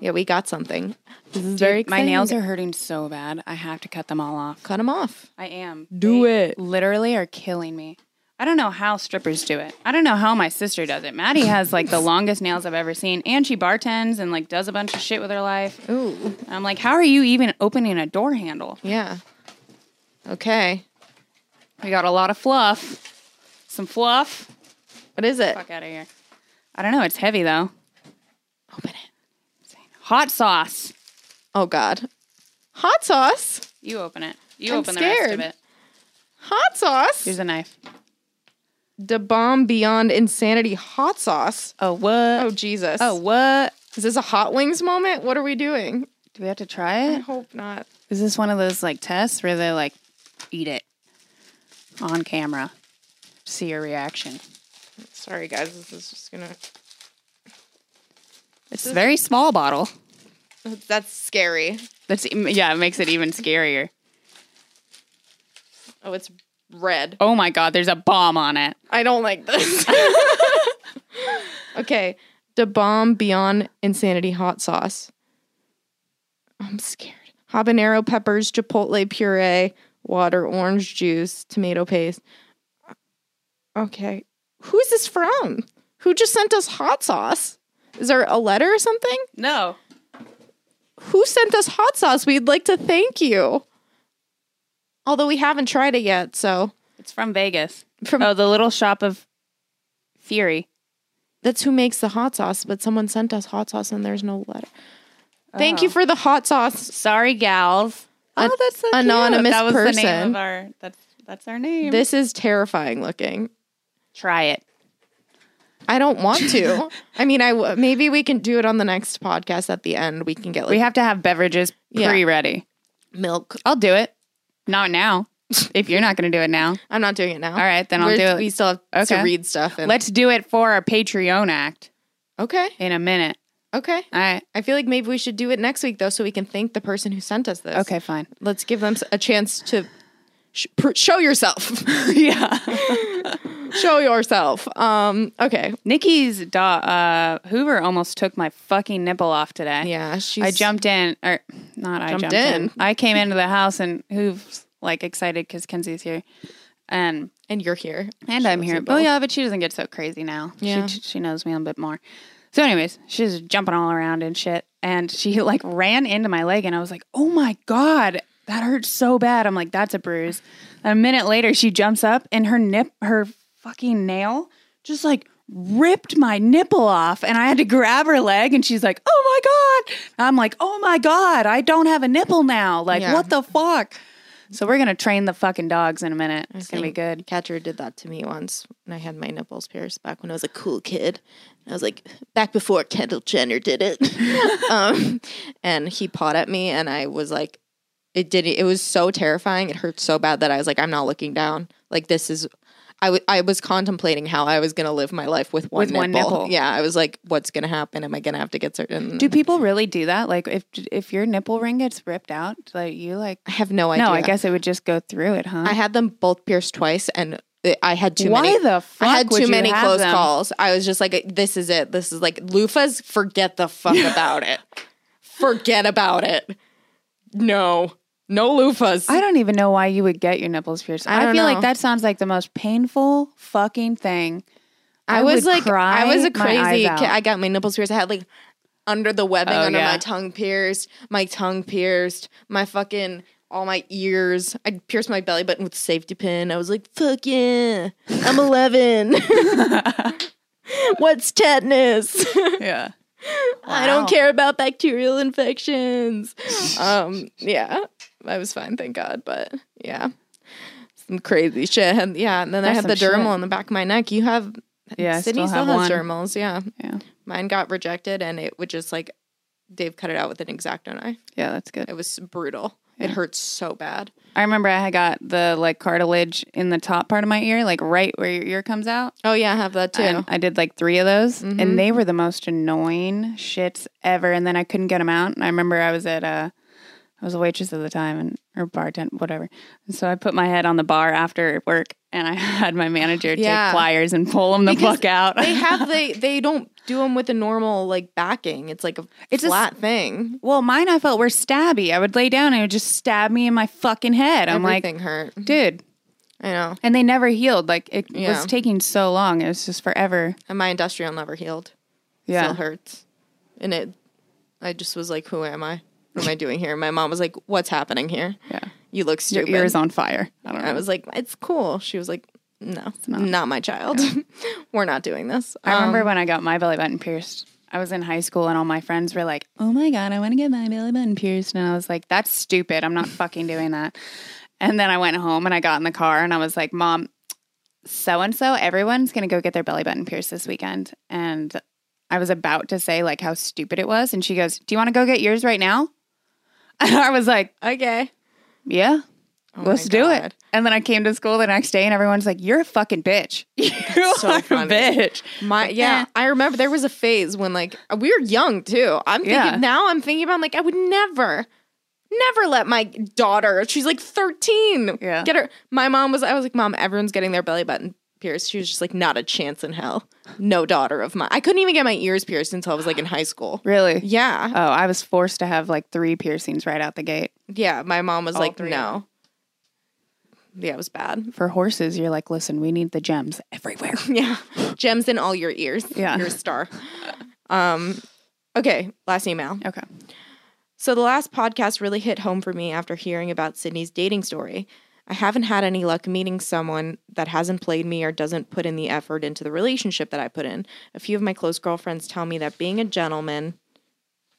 S1: Yeah, we got something. This is very.
S2: My nails
S1: exciting.
S2: are hurting so bad. I have to cut them all off.
S1: Cut them off.
S2: I am.
S1: Do it.
S2: Literally are killing me. I don't know how strippers do it. I don't know how my sister does it. Maddie has like the longest nails I've ever seen, and she bartends and like does a bunch of shit with her life.
S1: Ooh.
S2: I'm like, how are you even opening a door handle?
S1: Yeah. Okay.
S2: We got a lot of fluff, some fluff.
S1: What is it?
S2: Fuck out of here. I don't know. It's heavy though.
S1: Open it.
S2: Hot sauce.
S1: Oh God. Hot sauce.
S2: You open it. You
S1: I'm
S2: open the rest
S1: scared.
S2: of it.
S1: Hot sauce.
S2: Here's a knife.
S1: Da bomb beyond insanity hot sauce.
S2: Oh what?
S1: Oh Jesus.
S2: Oh what?
S1: Is this a hot wings moment? What are we doing?
S2: Do we have to try
S1: I
S2: it?
S1: hope not.
S2: Is this one of those like tests where they like eat it on camera? See your reaction.
S1: Sorry guys, this is just gonna
S2: It's a very small bottle.
S1: that's scary.
S2: That's e-, yeah, it makes it even scarier.
S1: Oh, it's red.
S2: Oh my god, there's a bomb on it.
S1: I don't like this. [LAUGHS] okay. Da bomb beyond insanity hot sauce. I'm scared. Habanero peppers, chipotle puree, water, orange juice, tomato paste. Uh, Okay. Who is this from? Who just sent us hot sauce? Is there a letter or something?
S2: No.
S1: Who sent us hot sauce? We'd like to thank you. Although we haven't tried it yet, so
S2: It's from Vegas.
S1: From-
S2: oh, the little shop of Fury.
S1: that's who makes the hot sauce, but someone sent us hot sauce and there's no letter. Thank you for the hot sauce.
S2: Sorry, gals.
S1: An-
S2: oh, that's so cute.
S1: anonymous
S2: That was the name
S1: person.
S2: of our. That's that's our name.
S1: This is terrifying looking.
S2: Try it.
S1: I don't want
S2: [LAUGHS]
S1: to. I mean, I w- maybe we can do it on the next podcast at the end. We can get like
S2: We have to have beverages
S1: Yeah.
S2: pre-ready.
S1: milk.
S2: I'll do it. Not now. [LAUGHS] if you're not going to do it now,
S1: I'm not doing it now.
S2: all right, then I'll
S1: We're-
S2: do it.
S1: We still have to
S2: Okay.
S1: read stuff. And-
S2: Let's do it for our Patreon act
S1: okay.
S2: in a minute.
S1: Okay.
S2: All right.
S1: I feel like maybe we should do it next week though, so we can thank the person who sent us this.
S2: Okay, fine. [LAUGHS]
S1: Let's give them s- a chance to sh- pr- show yourself. [LAUGHS]
S2: yeah.
S1: show yourself. Um. Okay.
S2: Nikki's da- uh, Hoover almost took my fucking nipple off today.
S1: Yeah. She's.
S2: I jumped in, or not I
S1: Jumped
S2: jumped,
S1: in.
S2: in. I came into the house and Hoover's like excited because Kenzie's here. And
S1: And you're here.
S2: And I'm here.
S1: both.
S2: Oh yeah, but she doesn't get so crazy now.
S1: Yeah.
S2: She she knows me a bit more. So anyways, she's jumping all around and shit. And she [LAUGHS] like ran into my leg and I was like, Oh my God, that hurts so bad. I'm like, that's a bruise. And a minute later she jumps up and her nip her fucking nail just like ripped my nipple off and I had to grab her leg and she's like, Oh my God. I'm like, Oh my God, I don't have a nipple now. Like,
S1: Yeah.
S2: what the fuck? So we're gonna train the fucking dogs in a minute. It's gonna be
S1: think
S2: good.
S1: Catcher did that to me once, and I had my nipples pierced back when I was a cool kid. I was like, back before Kendall Jenner did [LAUGHS] it. um, and he pawed at me, and I was like, it did. It was so terrifying. It hurt so bad that I was like, I'm not looking down. Like this is. I wa- I was contemplating how I was gonna live my life with one,
S2: With
S1: nipple.
S2: one nipple.
S1: Yeah, I was like, what's gonna happen? Am I gonna have to get certain?
S2: Do people really do that? Like, if if your nipple ring gets ripped out, like you like?
S1: I have no idea.
S2: no, I guess it would just go through it, huh?
S1: I had them both pierced twice, and uh, I had too
S2: Uh-huh. Why
S1: many.
S2: the fuck?
S1: I had
S2: would
S1: too
S2: you
S1: many
S2: have
S1: close
S2: them?
S1: calls. I was just like, this is it. This is like loofahs. Forget the fuck
S2: [LAUGHS]
S1: about it. Forget about it. No, no loofahs.
S2: I don't even know why you would get your nipples pierced.
S1: I
S2: I,
S1: don't
S2: feel
S1: know.
S2: like that sounds like the most painful fucking thing. I
S1: was
S2: would
S1: like,
S2: cry
S1: I was a
S2: my eyes
S1: crazy.
S2: out.
S1: Kid. I got my nipples pierced. I had like under the webbing,
S2: Oh,
S1: under
S2: yeah.
S1: my tongue pierced, my tongue pierced, my fucking all my ears. I pierced my belly button with a safety pin. I was like, fuck yeah,
S2: [LAUGHS]
S1: I'm 11. What's tetanus?
S2: [LAUGHS]
S1: [LAUGHS]
S2: Yeah.
S1: I
S2: Wow.
S1: don't care about bacterial
S2: [LAUGHS]
S1: infections. um, yeah, I was fine, thank God. But yeah, some crazy shit. And yeah, and then I
S2: That's
S1: had the
S2: some
S1: dermal
S2: shit.
S1: on the back of my neck. You have
S2: Yeah. I
S1: Sydney still,
S2: still have
S1: has
S2: one.
S1: dermals. Yeah,
S2: Yeah.
S1: mine got rejected, and it would just like Dave cut it out with an exacto knife.
S2: Yeah, that's good.
S1: It was brutal. It hurts so bad.
S2: I remember I got the like cartilage in the top part of my ear, like right where your ear comes out.
S1: Oh yeah, I have that too.
S2: And I did like three of those,
S1: Mm-hmm.
S2: and they were the most annoying shits ever. And then I couldn't get them out. And I remember I was at a, I was a waitress at the time, and or bartender, whatever. And so I put my head on the bar after work, and I [LAUGHS] had my manager
S1: Yeah.
S2: take pliers and pull them the
S1: Because
S2: fuck out.
S1: they have they they don't do them with a normal like backing. It's like a
S2: It's a s-
S1: flat thing.
S2: [LAUGHS] well, mine I felt were stabby. I would lay down and it would just stab me in my fucking head. I'm
S1: Everything
S2: like,
S1: hurt.
S2: dude.
S1: I know.
S2: And they never healed. Like it
S1: Yeah.
S2: was taking so long. It was just forever.
S1: And my industrial never healed.
S2: Yeah.
S1: Still hurts. And it I just was like, Who am I? What am I doing here? My mom was like, What's happening here?
S2: Yeah.
S1: You look
S2: Your
S1: stupid.
S2: ear is on fire. I don't know.
S1: I was like, It's cool. She was like, No, not. my child. [LAUGHS] We're not doing this.
S2: I remember when I got my belly button pierced. I was in high school and all my friends were like, "Oh my god, I want to get my belly button pierced." And I was like, "That's stupid. I'm not fucking doing that." And then I went home and I got in the car and I was like, "Mom, so and so, everyone's going to go get their belly button pierced this weekend." And I was about to say like how stupid it was and she goes, "Do you want to go get yours right now?" [LAUGHS] And I was like,
S1: Um, okay.
S2: yeah. Let's do
S1: Oh God.
S2: it. And then I came to school the next day and everyone's like, You're a fucking bitch. [LAUGHS] You're
S1: so
S2: like
S1: funny.
S2: a bitch.
S1: My yeah, I remember there was a phase when like we were young too. I'm thinking
S2: Yeah.
S1: now I'm thinking about I'm like I would never never let my daughter, she's like 13,
S2: Yeah.
S1: get her. My mom was I was like mom, everyone's getting their belly button pierced. She was just like not a chance in hell. No daughter of mine. I couldn't even get my ears pierced until I was like in high [GASPS] school.
S2: Really?
S1: Yeah.
S2: Oh, I was forced to have like three piercings right out the gate.
S1: Yeah, my mom was like
S2: three.
S1: no. Yeah, it was bad.
S2: For horses, you're like, Listen, we need the gems
S1: [LAUGHS]
S2: everywhere.
S1: Yeah. Gems in all your ears.
S2: Yeah.
S1: You're a star. Um okay, last email.
S2: Okay.
S1: So the last podcast really hit home for me after hearing about Sydney's dating story. I haven't had any luck meeting someone that hasn't played me or doesn't put in the effort into the relationship that I put in. A few of my close girlfriends tell me that being a gentleman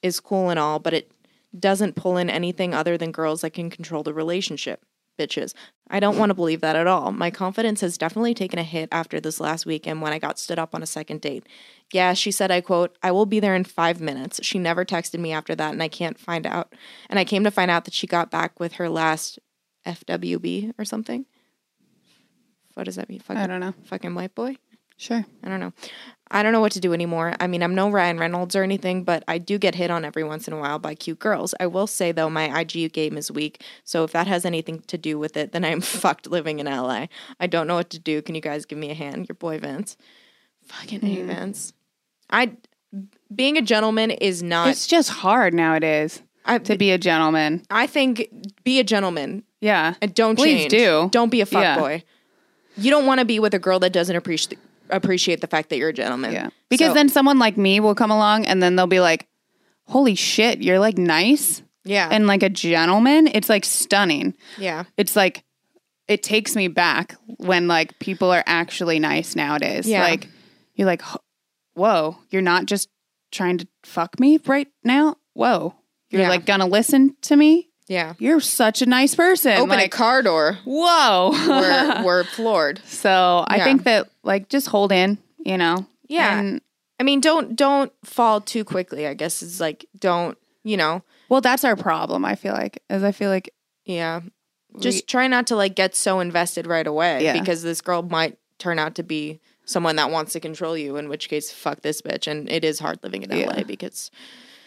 S1: is cool and all, but it doesn't pull in anything other than girls that can control the relationship. Bitches. I don't want to believe that at all. My confidence has definitely taken a hit after this last weekend when I got stood up on a second date. Yeah, she said, I quote, I will be there in five minutes. She never texted me after that, and I can't find out. And I came to find out that she got back with her last FWB or something. What does that mean? Fucking,
S2: I don't know.
S1: Fucking white boy?
S2: Sure.
S1: I don't know. I don't know what to do anymore. I mean, I'm no Ryan Reynolds or anything, but I do get hit on every once in a while by cute girls. I will say, though, my IG game is weak. So if that has anything to do with it, then I'm [LAUGHS] fucked living in LA. I don't know what to do. Can you guys give me a hand? Your boy, Vince. Fucking
S2: Mm.
S1: A, Vince. I, being a gentleman is not.
S2: It's just hard nowadays
S1: I,
S2: to be a gentleman.
S1: I think be a gentleman
S2: Yeah.
S1: and don't
S2: Please
S1: change.
S2: do.
S1: Don't be a fuckboy.
S2: Yeah.
S1: boy. You don't want to be with a girl that doesn't appreciate appreciate the fact that you're a gentleman.
S2: Yeah. Because
S1: So-
S2: then someone like me will come along and then they'll be like, Holy shit, you're like nice
S1: yeah,
S2: and like a gentleman. It's like stunning.
S1: yeah.
S2: it's like it takes me back when like people are actually nice nowadays.
S1: Yeah.
S2: Like you're like, "H- whoa, you're not just trying to fuck me right now. Whoa, you're
S1: Yeah.
S2: like gonna listen to me.
S1: Yeah.
S2: You're such a nice person.
S1: Open a
S2: like,
S1: car [LAUGHS] door.
S2: Whoa.
S1: We're, we're floored.
S2: [LAUGHS] so I
S1: Yeah.
S2: think that like just hold in, you know.
S1: Yeah.
S2: And,
S1: I mean, don't don't fall too quickly. I guess it's like don't you know?
S2: well, that's our problem. I feel like is I feel like
S1: Yeah. Just try not to like get so invested right away
S2: Yeah.
S1: because this girl might turn out to be someone that wants to control you. In which case, fuck this bitch. And it is hard living in LA
S2: Yeah.
S1: because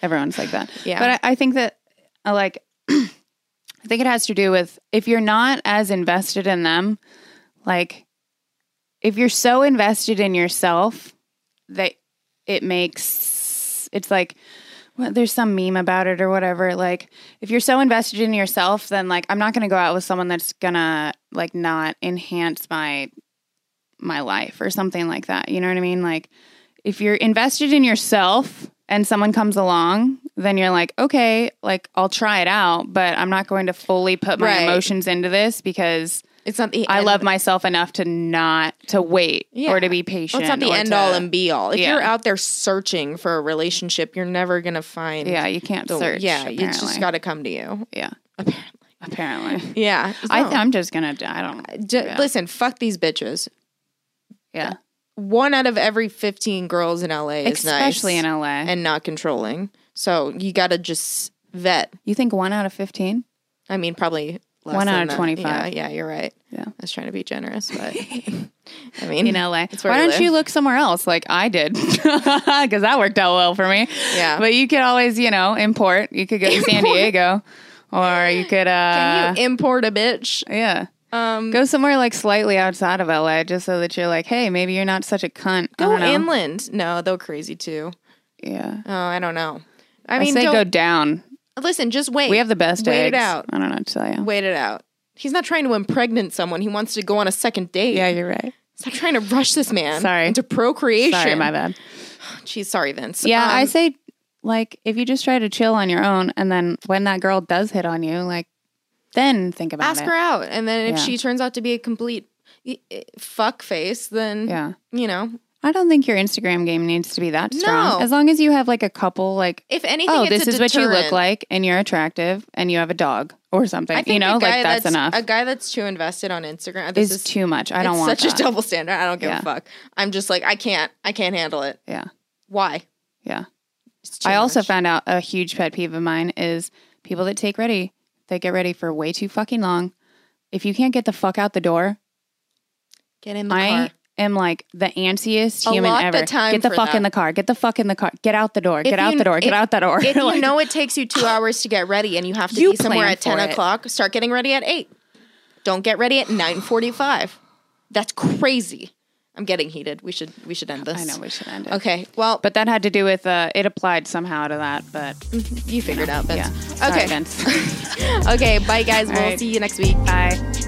S2: Everyone's like that.
S1: Yeah.
S2: But I, I think that I like [CLEARS THROAT] I think it has to do with if you're not as invested in them, like if you're so invested in yourself that it makes it's like well, there's some meme about it or whatever. Like if you're so invested in yourself, then like I'm not gonna go out with someone that's gonna like not enhance my my life or something like that. You know what I mean? Like if you're invested in yourself and someone comes along, then you're like, okay, like I'll try it out, but I'm not going to fully put my
S1: Right.
S2: emotions into this because
S1: it's not the
S2: I
S1: end-
S2: love myself enough to not to wait
S1: Yeah.
S2: or to be
S1: Well,
S2: patient.
S1: it's not the
S2: or
S1: end
S2: to-
S1: all and be all. If
S2: Yeah.
S1: you're out there searching for a relationship, you're never gonna find.
S2: yeah, you can't
S1: the-
S2: search.
S1: Yeah,
S2: apparently.
S1: it's just got to come to you. [LAUGHS]
S2: yeah.
S1: Apparently.
S2: [LAUGHS] Apparently,
S1: Yeah,
S2: I
S1: No.
S2: th- I'm just gonna. I don't.
S1: Ju-
S2: yeah.
S1: Listen, fuck these bitches.
S2: yeah,
S1: one out of every 15 girls in LA is
S2: especially
S1: nice
S2: in LA.
S1: and not controlling. So you got to just vet.
S2: you think one out of fifteen?
S1: I mean, probably less
S2: One
S1: than
S2: out of
S1: that.
S2: 25.
S1: Yeah, yeah, you're right.
S2: Yeah.
S1: I was trying to be generous,
S2: [LAUGHS]
S1: but [LAUGHS] I mean,
S2: in LA.
S1: Mm, it's where
S2: Why
S1: we
S2: don't
S1: live.
S2: you look somewhere else like I did? [LAUGHS] Because that worked out well for me.
S1: Yeah.
S2: But you could always, you know, import. You could go to San Diego or you could, uh,
S1: Can you import a bitch?
S2: yeah. Um, go somewhere like slightly outside of LA just so that you're like, hey, maybe you're not such a cunt. I
S1: Go
S2: don't know.
S1: inland. No, they'll crazy too.
S2: Yeah.
S1: Oh, I don't know. I
S2: I,
S1: mean,
S2: say
S1: don't,
S2: go down.
S1: listen, just wait.
S2: We have the best
S1: Wait it
S2: eggs.
S1: out.
S2: I don't know what to tell you.
S1: Wait it out. He's not trying to impregnate someone. He wants to go on a second date.
S2: Yeah, you're right.
S1: Stop trying to rush this man
S2: Sorry.
S1: into procreation.
S2: Sorry, my bad.
S1: Jeez, sorry, Vince.
S2: Yeah, I
S1: Um,
S2: say like if you just try to chill on your own, and then when that girl does hit on you, like then think about
S1: ask
S2: it.
S1: her out, and then if
S2: Yeah.
S1: she turns out to be a complete y- y- fuck face, then
S2: Yeah.
S1: you know.
S2: I don't think your Instagram game needs to be that strong.
S1: No.
S2: As long as you have like a couple, like
S1: If anything,
S2: oh,
S1: it's
S2: this
S1: a
S2: is what you look
S1: deterrent.
S2: like, and you're attractive, and you have a dog or something.
S1: I think
S2: you know,
S1: a guy
S2: like that's, enough.
S1: A guy that's too invested on Instagram. This
S2: It's
S1: is
S2: too much. I don't
S1: it's
S2: want
S1: such
S2: that.
S1: a double standard. I don't give
S2: Yeah.
S1: a fuck. I'm just like I can't. I can't handle it.
S2: yeah,
S1: Why?
S2: yeah.
S1: It's too
S2: I also
S1: much.
S2: found out a huge pet peeve of mine is people that take ready. They get ready for way too fucking long. If you can't get the fuck out the door,
S1: get in the
S2: I
S1: car.
S2: am like the antsiest
S1: A
S2: human
S1: lot
S2: ever.
S1: the time
S2: get the
S1: for
S2: fuck in
S1: that.
S2: the car. Get the fuck in the car. Get out the door. get out
S1: you-
S2: the door.
S1: if-
S2: get out that door.
S1: [LAUGHS] If
S2: [LAUGHS] Like,
S1: you know it takes you
S2: [GASPS]
S1: two hours to get ready and you have to
S2: You
S1: be somewhere
S2: plan
S1: at 10
S2: for it.
S1: o'clock, start getting ready at 8. Don't get ready at 9.45. That's crazy. I'm getting heated. We should we should end this.
S2: I know we should end it.
S1: Okay. Well, but
S2: But that had to do with uh, it applied somehow to that. But
S1: you figured out,
S2: yeah.
S1: Vince.
S2: Sorry,
S1: Okay.
S2: Vince.
S1: Okay. Bye, guys. we'll
S2: right.
S1: see you next week. [LAUGHS]
S2: Bye.